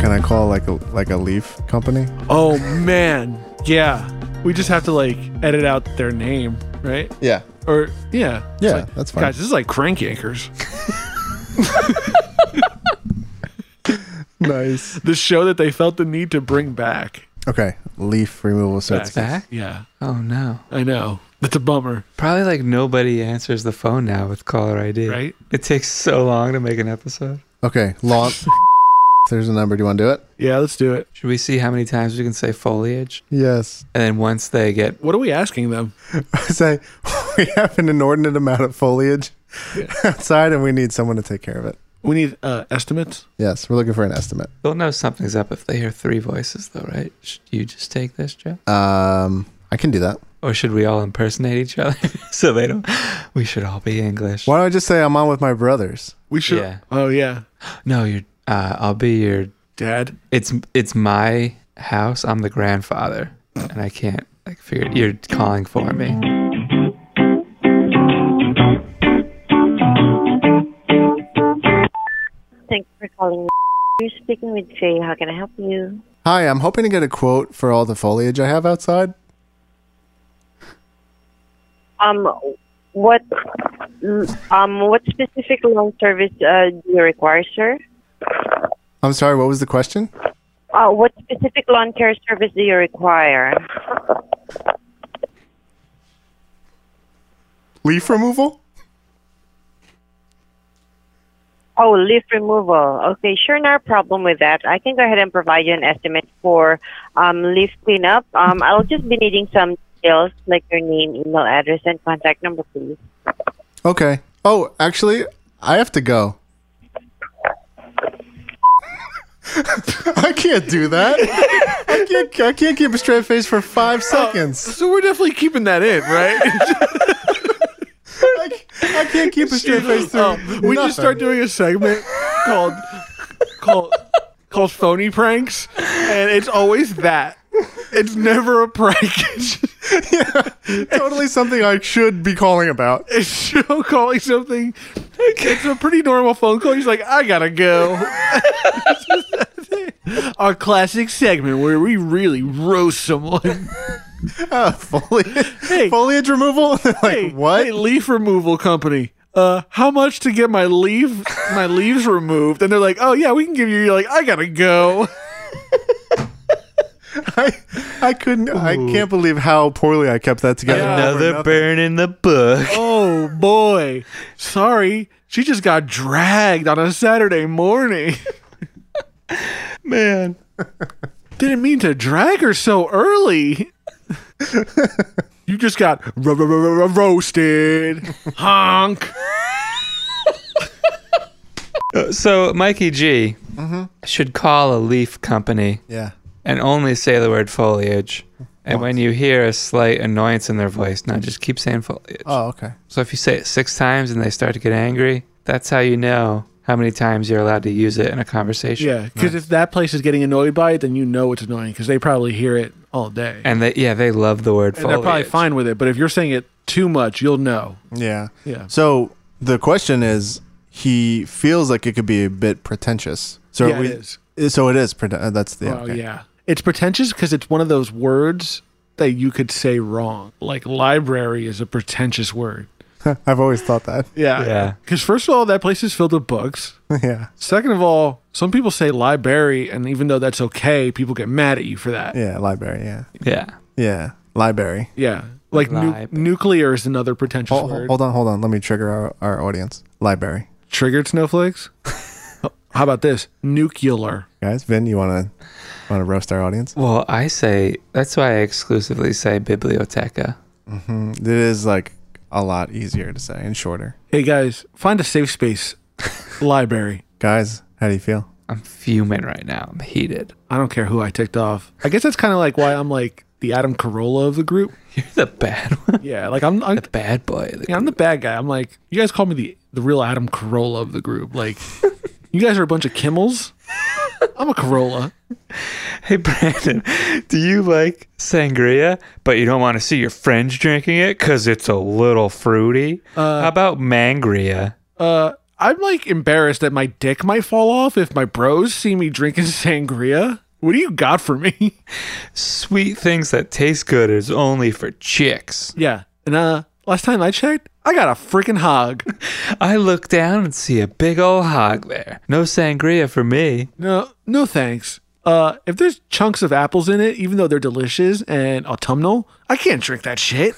Can I call like a like a leaf company? Oh man, yeah. We just have to like edit out their name, right? Yeah. Or yeah, It's Yeah, like, that's fine. guys. This is like Crank Anchors, Nice. the show that they felt the need to bring back. Okay. Leaf removal service. It's back? Yeah, Uh. Oh no. I know. That's a bummer, Probably like nobody answers the phone now with caller ID. right? It takes so long to make an episode. Okay. Lawn There's a number. Do you want to do it? Yeah, let's do it. Should we see how many times we can say foliage? Yes. And then once they get What are we asking them? Say, we have an inordinate amount of foliage outside and we need someone to take care of it. We need uh, estimates. Yes, we're looking for an estimate. They'll know something's up if they hear three voices, though, right? Should you just take this, Jeff? Um, I can do that. Or should we all impersonate each other so they don't? We should all be English. Why don't I just say I'm on with my brothers? We should. Yeah. Oh yeah, No, you're. Uh, I'll be your. Dad. It's it's my house. I'm the grandfather, and I can't like figure. it- You're calling for me. Thanks for calling. You're speaking with Jay. How can I help you? Hi, I'm hoping to get a quote for all the foliage I have outside. Um, what, um, what specific loan service uh, do you require, sir? I'm sorry, what was the question? Uh, what specific lawn care service do you require? Leaf removal? Oh, leaf removal. Okay, sure, no problem with that. I can go ahead and provide you an estimate for um, leaf cleanup. Um, I'll just be needing some details like your name, email address, and contact number, please. Okay. Oh, actually, I have to go. I can't do that. I can't, I can't keep a straight face for five seconds. So we're definitely keeping that in, right? I, c- I can't keep a straight face through. Um, we just start nothing. doing a segment called called called phony pranks, and it's always that. It's never a prank. It's, totally something I should be calling about. it's Joe calling something. It's a pretty normal phone call. He's like, I gotta go. Our classic segment where we really roast someone. Uh, foliage, Hey. foliage removal. They're like Hey, what? hey, leaf removal company. Uh, how much to get my leaf my leaves removed? And they're like, oh yeah, we can give you. You're like, I gotta go. I, I couldn't. I can't believe how poorly I kept that together. Yeah. Over Another nothing. burn in the book. Oh boy, sorry, she just got dragged on a Saturday morning. Man, Didn't mean to drag her so early. you just got ro- ro- ro- ro- roasted. Honk. Uh, so Mikey G should call a leaf company Yeah. and only say the word foliage. And when you hear a slight annoyance in their voice, now just keep saying foliage. Oh, okay. So if you say it six times and they start to get angry, that's how you know how many times you're allowed to use it in a conversation. Yeah, because if that place is getting annoyed by it, then you know it's annoying because they probably hear it all day. And they yeah, they love the word and they're foliage. probably fine with it. But if you're saying it too much, you'll know. Yeah. Yeah. So the question is, he feels like it could be a bit pretentious. So Yeah, we, it So it is. Preten- uh, that's the. oh okay. yeah, it's pretentious because it's one of those words that you could say wrong. Like library is a pretentious word. I've always thought that. Yeah. Yeah. Because first of all, that place is filled with books. yeah. Second of all, some people say library, and even though that's okay, people get mad at you for that. Yeah. Library. Yeah. Yeah. Yeah. Library. Yeah. Like nu- Lib- nuclear is another pretentious Hol- word. hold on. Hold on. Let me trigger our, our audience. Library. Triggered snowflakes. How about this? Nuclear. Guys, Vin, you wanna wanna roast our audience? Well, I say that's why I exclusively say biblioteca. It is like a lot easier to say and shorter. Hey guys, find a safe space. library. Guys, how do you feel? I'm fuming right now. I'm heated. I don't care who I ticked off. I guess that's kind of like why I'm like the Adam Carolla of the group. You're the bad one. Yeah, like I'm I'm, The bad boy. of the yeah, I'm the bad guy. I'm like you guys call me the the real Adam Carolla of the group. Like you guys are a bunch of Kimmels. I'm a Corolla. Hey Brandon, do you like sangria, but you don't want to see your friends drinking it because it's a little fruity? How about mangria? Uh, I'm like embarrassed that my dick might fall off if my bros see me drinking sangria. What do you got for me? Sweet things that taste good is only for chicks. yeah, and uh, last time I checked, I got a freaking hog. I look down and see a big old hog there. No sangria for me. No, no thanks. Uh, if there's chunks of apples in it, even though they're delicious and autumnal, I can't drink that shit.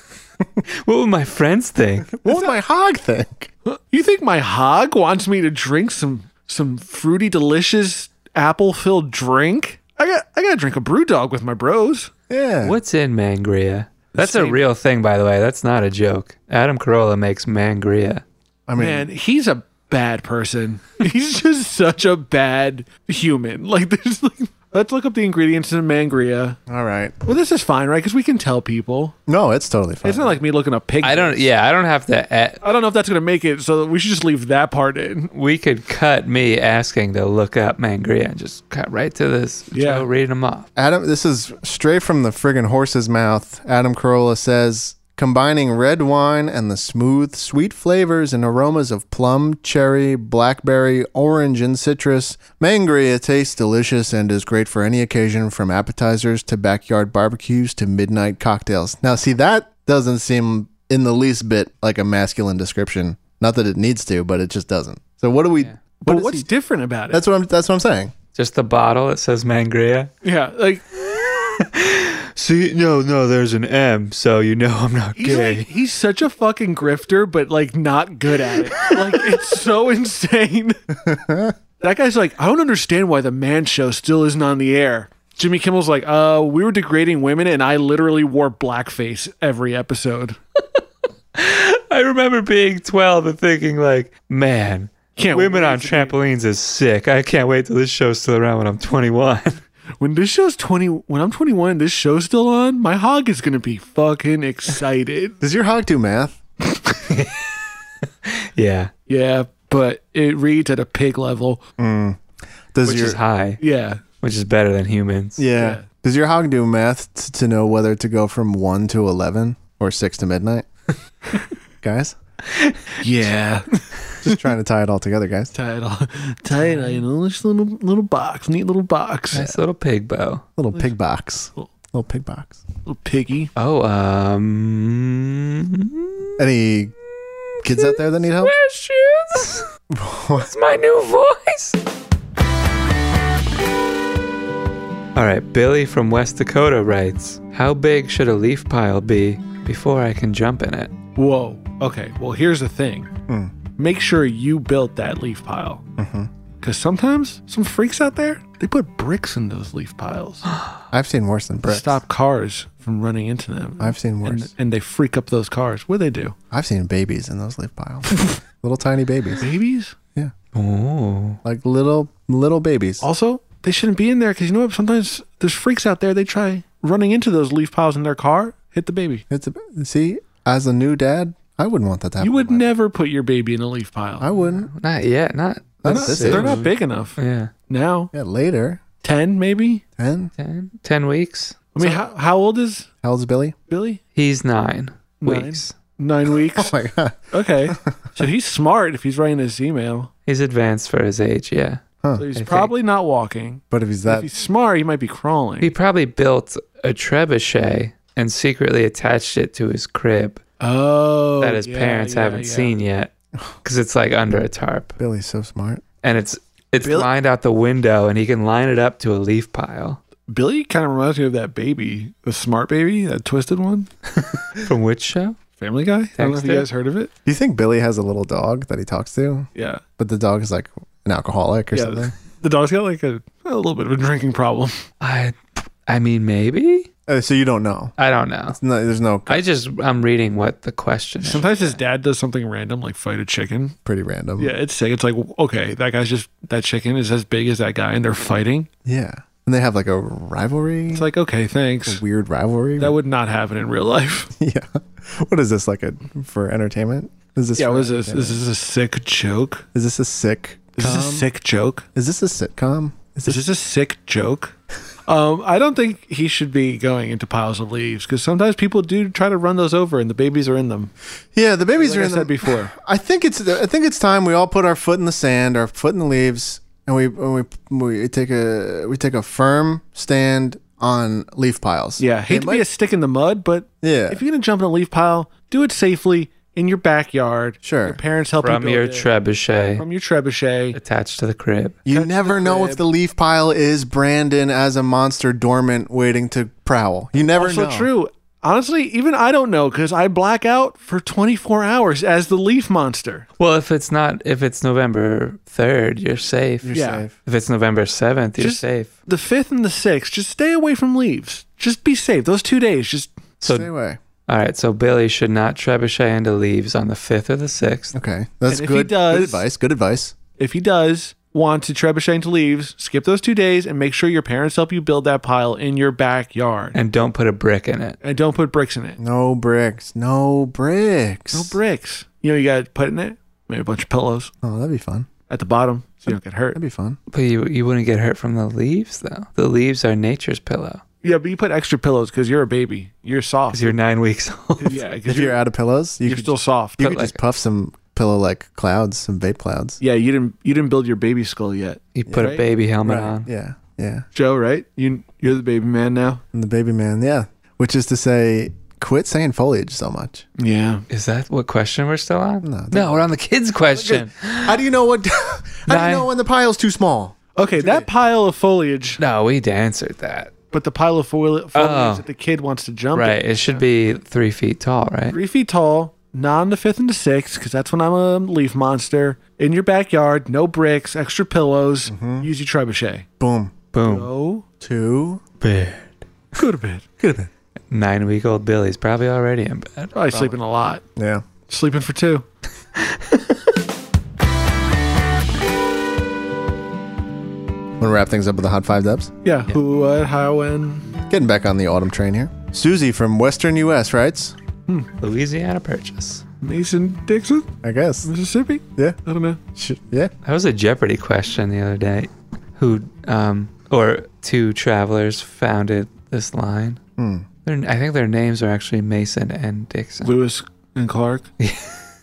What would my friends think? What would my hog think? You think my hog wants me to drink some some fruity, delicious apple filled drink. I got I gotta drink a brew dog with my bros. Yeah. What's in mangria? That's a same- real thing, by the way. That's not a joke. Adam Carolla makes mangria. I mean, Man, he's a bad person. He's just such a bad human. Like there's like let's look up the ingredients in mangria. all right. Well, this is fine, right? Because we can tell people. No, it's totally fine. It's not like me looking up pig. I don't. Yeah, I don't have to. a I don't know if that's gonna make it. So we should just leave that part in. we could cut me asking to look up mangria and just cut right to this. Yeah. Joe reading them off. Adam, this is straight from the friggin' horse's mouth. Adam Carolla says, combining red wine and the smooth, sweet flavors and aromas of plum, cherry, blackberry, orange, and citrus, Mangria tastes delicious and is great for any occasion from appetizers to backyard barbecues to midnight cocktails. Now, see, that doesn't seem in the least bit like a masculine description. Not that it needs to, but it just doesn't. So what do we... But what is what's he- different about it? that's what I'm. That's what I'm saying. Just the bottle that says mangria. yeah, like See, no, no, there's an M, so you know I'm not he's, like, he's such a fucking grifter, but like not good at it. Like it's so insane. that guy's like, I don't understand why the man show still isn't on the air. Jimmy Kimmel's like, uh, we were degrading women, and I literally wore blackface every episode. I remember being 12 and thinking, like, man, Can't women wait on to be- trampolines is sick. I can't wait till this show's still around when I'm 21. When this show's twenty, when I'm twenty-one, and this show's still on. My hog is gonna be fucking excited. Does your hog do math? yeah, yeah, but it reads at a pig level. Does which your is high, Yeah, which is better than humans. Yeah. Yeah. Does your hog do math t- to know whether to go from 1 to 11 or 6 to midnight? guys? yeah. Just trying to tie it all together, guys. Tie it all, tie it all in a nice little little box, neat little box. Nice little pig bow. Little pig box. Little pig box. Little piggy. Oh, um. Any kids out there that need help? Questions? It's my new voice. All right, Billy from West Dakota writes How big should a leaf pile be before I can jump in it? Whoa. Okay. Well, here's the thing. Hmm. Make sure you built that leaf pile. Mm-hmm. Because sometimes some freaks out there they put bricks in those leaf piles I've seen worse than to bricks. stop cars from running into them. I've seen and, worse. and they freak up those cars. What do they do? I've seen babies in those leaf piles. little tiny babies. Babies. Yeah. Oh. Like little little babies. Also, they shouldn't be in there because you know what? Sometimes there's freaks out there. They try running into those leaf piles in their car, hit the baby. It's a, see, as a new dad, I wouldn't want that to happen. You would to my- never put your baby in a leaf pile. I wouldn't. Not yet. Not. Not this this is- They're not big enough Yeah. now. Yeah, later. Ten maybe. And 10, 10 weeks. I mean, how, how old is how old's Billy? Billy? He's nine, Nine. weeks. Nine Oh weeks. my god. Okay, so he's smart if he's writing his email. He's advanced for his age. Yeah. So he's think. probably not walking. But if he's that If he's smart, he might be He crawling. probably built a trebuchet and secretly attached it to his crib Oh, that his yeah, parents yeah, haven't yeah. seen yet because it's like under a tarp Billy's so smart. and it's it's Really? lined out the window and he can line it up to a leaf pile. Billy kind of reminds me of that baby, the smart baby, that twisted one. From which show? Family Guy. I don't know if you Dexter? guys heard of it. Do you think Billy has a little dog that he talks to, Yeah. but the dog is like an alcoholic or Yeah. something? The dog's got like a, a little bit of a drinking problem. I I mean maybe Uh, so you don't know. I don't know. No, there's no I just I'm reading what the question is. Sometimes his dad does something random, like fight a chicken. pretty random. Yeah, it's sick. It's like, okay, that guy's just, that chicken is as big as that guy and they're fighting. Yeah. And they have like a rivalry, It's like, okay, thanks. weird rivalry. That would not happen in real life. yeah. What is this like a for entertainment? Is this Yeah, for what is this? entertainment? Is this a sick joke? Is this a sick? Is this a sick joke? Is this a sitcom? Is Is this this a sick joke? Um, I don't think he should be going into piles of leaves because sometimes people do try to run those over and the babies are in them. yeah? The babies Like are I in said the. before. I think it's I think it's time we all put our foot in the sand, our foot in the leaves, and we and we we take a we take a firm stand on leaf piles. Yeah, hate It to might- be a stick in the mud, but Yeah. if you're gonna jump in a leaf pile, do it safely in your backyard. Sure. your parents help you From build your it. trebuchet from your trebuchet. attached to the crib. You never know if the leaf pile is Brandon as a monster dormant waiting to prowl. You never Also know. true. Honestly, even I don't know because I black out for 24 hours as the leaf monster. Well, if it's not, if it's November 3rd, you're safe. You're Yeah. safe. If it's November 7th, you're Just- safe. The 5th and the 6th, just stay away from leaves. Just be safe. Those two days, just So, Stay away. all right. So Billy should not trebuchet into leaves on the 5th or the 6th. Okay, that's And if good. he does- good advice. Good advice. if he does want to trebuchet into leaves, skip those two days and make sure your parents help you build that pile in your backyard. And don't put a brick in it. And don't put bricks in it. No bricks. No bricks. No bricks. You know, you got to put in it, maybe a bunch of pillows Oh, that'd be fun. at the bottom so you don't get hurt. That'd be fun. But you, you wouldn't get hurt from the leaves, though. The leaves are nature's pillow Yeah, but you put extra pillows because you're a baby. You're soft. because you're nine weeks old. yeah, because If you're you're, out of pillows, you you're could still soft. you But could like- just puff some pillow like clouds, some vape clouds. yeah, you didn't you didn't build your baby skull yet, You put a Right. baby helmet on. Yeah. Yeah. Joe. Right? You you're the baby man now. And the baby man. Yeah. Which is to say, quit saying foliage so much. Yeah. Is that what question we're still on? No. we're on the kids' question. How do you know what? how do Nine. you know when the pile's too small? Okay, that pile of foliage, No, we answered that. but the pile of foli- foliage Oh. that the kid wants to jump in. Right. It should be three feet tall, right? three feet tall, not on the fifth and the sixth, because that's when I'm a leaf monster. In your backyard, no bricks, extra pillows. Use your trebuchet. Boom. Boom. Oh, Two. Bed. good a bit. Could have Nine week old Billy's probably already in bed. Probably sleeping a lot. been. Yeah. Sleeping for two. Want to wrap things up with the hot five dubs? Yeah. Who, what, how, when? Getting back on the autumn train here. Susie from Western U.S. writes. Louisiana purchase. Mason Dixon, I guess. Mississippi. Yeah. I don't know. Sh- Yeah. That was a Jeopardy question the other day. Who, um, or two travelers founded this line. Their, I think their names are actually Mason and Dixon. Lewis and Clark.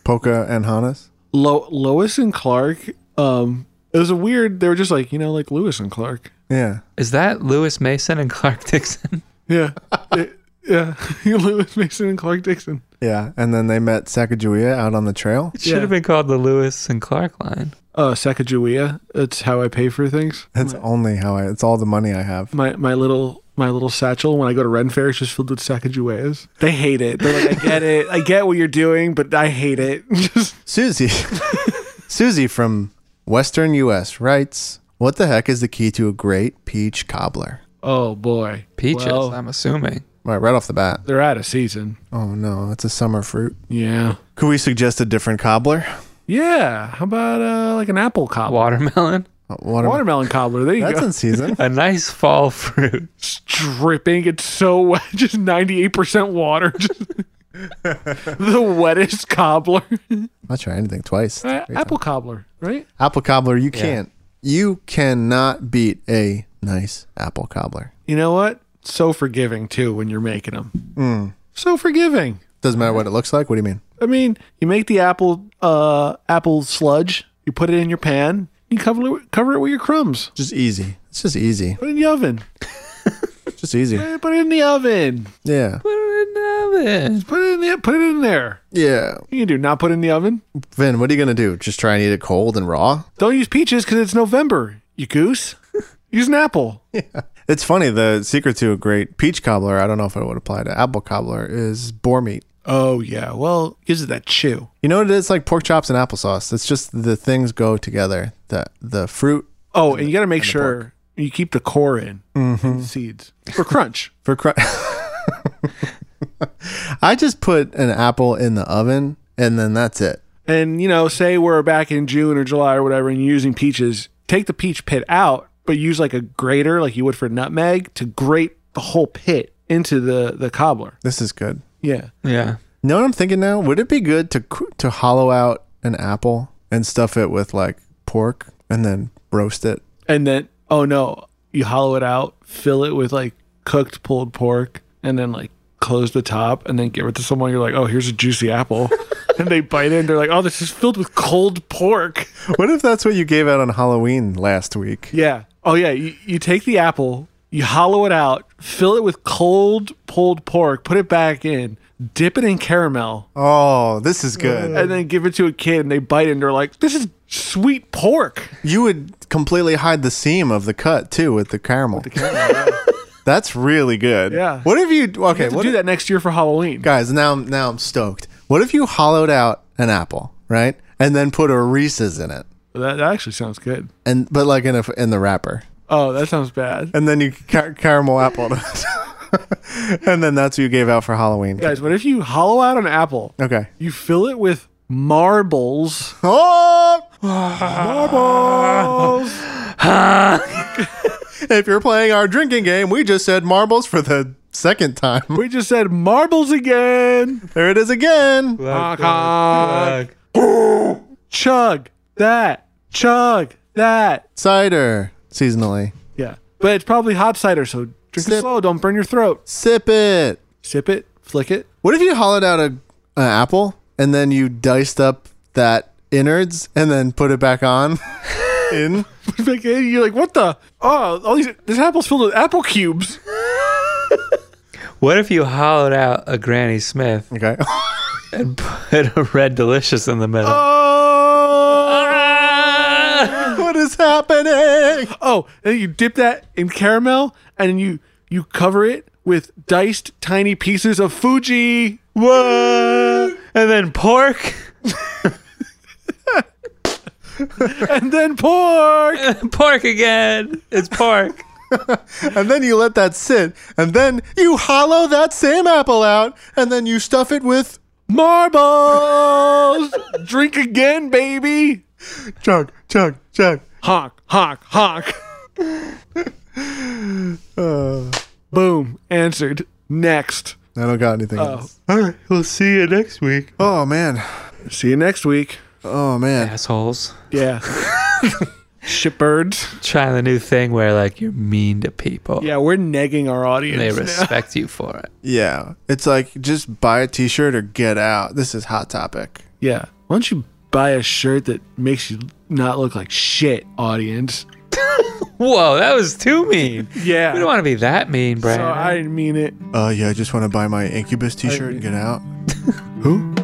Polka and Hannes. Lo- Lois and Clark. Um, it was a weird. They were just like you know, like Lewis and Clark. Yeah. Is that Lewis Mason and Clark Dixon? Yeah. It- yeah. Lewis Mason and Clark Dixon. Yeah. And then they met Sacagawea out on the trail. It should Yeah. have been called the Lewis and Clark line. Uh, Sacagawea. That's how I pay for things. That's only how I. It's all the money I have. my my little my little satchel when I go to Ren Fair is just filled with Sacagaweas. They hate it. They're like, I get it, I get what you're doing, but I hate it. just Susie. Susie from Western U.S. writes. What the heck is the key to a great peach cobbler? oh boy, Peaches, Well, I'm assuming. All right, right off the bat. they're out of season. Oh no, it's a summer fruit. Yeah, Could we suggest a different cobbler? yeah. How about uh, like an apple cobbler, Watermelon. Uh, Watermelon. watermelon cobbler? There you That's go. in season. A nice fall fruit. It's dripping. It's so wet. Just ninety eight percent water. Just the wettest cobbler. I'll try anything twice. Uh, apple cobbler, right? Apple cobbler, you can't. You cannot beat a nice apple cobbler. You know what? So forgiving too when you're making them. So forgiving. Doesn't matter what it looks like. What do you mean? I mean, you make the apple uh apple sludge, you put it in your pan, you cover it, cover it with your crumbs. Just easy. It's just easy. Put it in the oven. Just easy. Eh, Put it in the oven. Yeah. Put it in the oven. Put it in the put it in there. Yeah. You can do not put it in the oven. Vin, what are you gonna do? Just try and eat it cold and raw? Don't use peaches because it's November. You goose. use an apple. It's funny. The secret to a great peach cobbler, I don't know if it would apply to apple cobbler, is boar meat. Oh yeah. Well, gives it that chew. You know what it is? Like pork chops and applesauce. It's just the things go together. The the fruit Oh, and you got to make sure you keep the core in and the seeds for crunch. for cr- I just put an apple in the oven and then that's it. and you know, say we're back in June or July or whatever, and you're using peaches, take the peach pit out, but use like a grater, like you would for nutmeg, to grate the whole pit into the the cobbler. This is good. Yeah, Yeah. You know what I'm thinking now? Would it be good to cr- to hollow out an apple and stuff it with like pork and then roast it? and then oh no, you hollow it out, fill it with like cooked pulled pork, and then like close the top, and then give it to someone. You're like, oh, here's a juicy apple. And they bite in. They're like, "Oh, this is filled with cold pork." What if that's what you gave out on Halloween last week? Yeah. Oh yeah. You, you take the apple, you hollow it out, fill it with cold pulled pork, put it back in, dip it in caramel, Oh, this is good. and then give it to a kid, and they bite it, and they're like, "This is sweet pork." You would completely hide the seam of the cut too with the caramel. Caramel, yeah. That's really good. Yeah. What if you okay? have to what do that next year for Halloween. guys? Now, I'm- now I'm stoked. What if you hollowed out an apple, right, and then put a Reese's in it, That, that actually sounds good. and but like in a in the wrapper, Oh, that sounds bad. and then you car- caramel apple, and then that's what you gave out for Halloween. Guys, what if you hollow out an apple? Okay. You fill it with marbles. Oh, Marbles. if you're playing our drinking game, we just said marbles for the second time. we just said marbles again. There it is again. Lug, Honk, honk. lug. Chug that. Chug that. Cider seasonally. Yeah. But it's probably hot cider, so drink it Sip. slow. Don't burn your throat. Sip it. Sip it. Flick it. What if you hollowed out a, an apple and then you diced up that innards and then put it back on? In Like, hey, You're like, what the? Oh, all these. This apple's filled with apple cubes. What if you hollowed out a Granny Smith okay, and put a Red Delicious in the middle? Oh. what is happening? Oh, and you dip that in caramel, and you you cover it with diced tiny pieces of Fuji. Whoa! And then pork, and then pork. pork again. It's pork. And then you let that sit, and then you hollow that same apple out, and then you stuff it with Marbles. Drink again, baby. chug, chug, chug. Honk, honk, honk. Uh. Boom. Answered. Next. I don't got anything else. All right, we'll see you next week, Oh man, See you next week. oh man. assholes. Yeah. Shitbirds. Trying the new thing where like you're mean to people. Yeah, we're negging our and They audience. now. respect you for it. Yeah, it's like just buy a T-shirt or get out. This is hot topic. Yeah. Why don't you buy a shirt that makes you not look like shit, audience? Whoa, that was too mean. Yeah. We don't want to be that mean, Brad. Sorry, I didn't mean it. Uh, yeah, I just want to buy my Incubus T-shirt and get out. Who?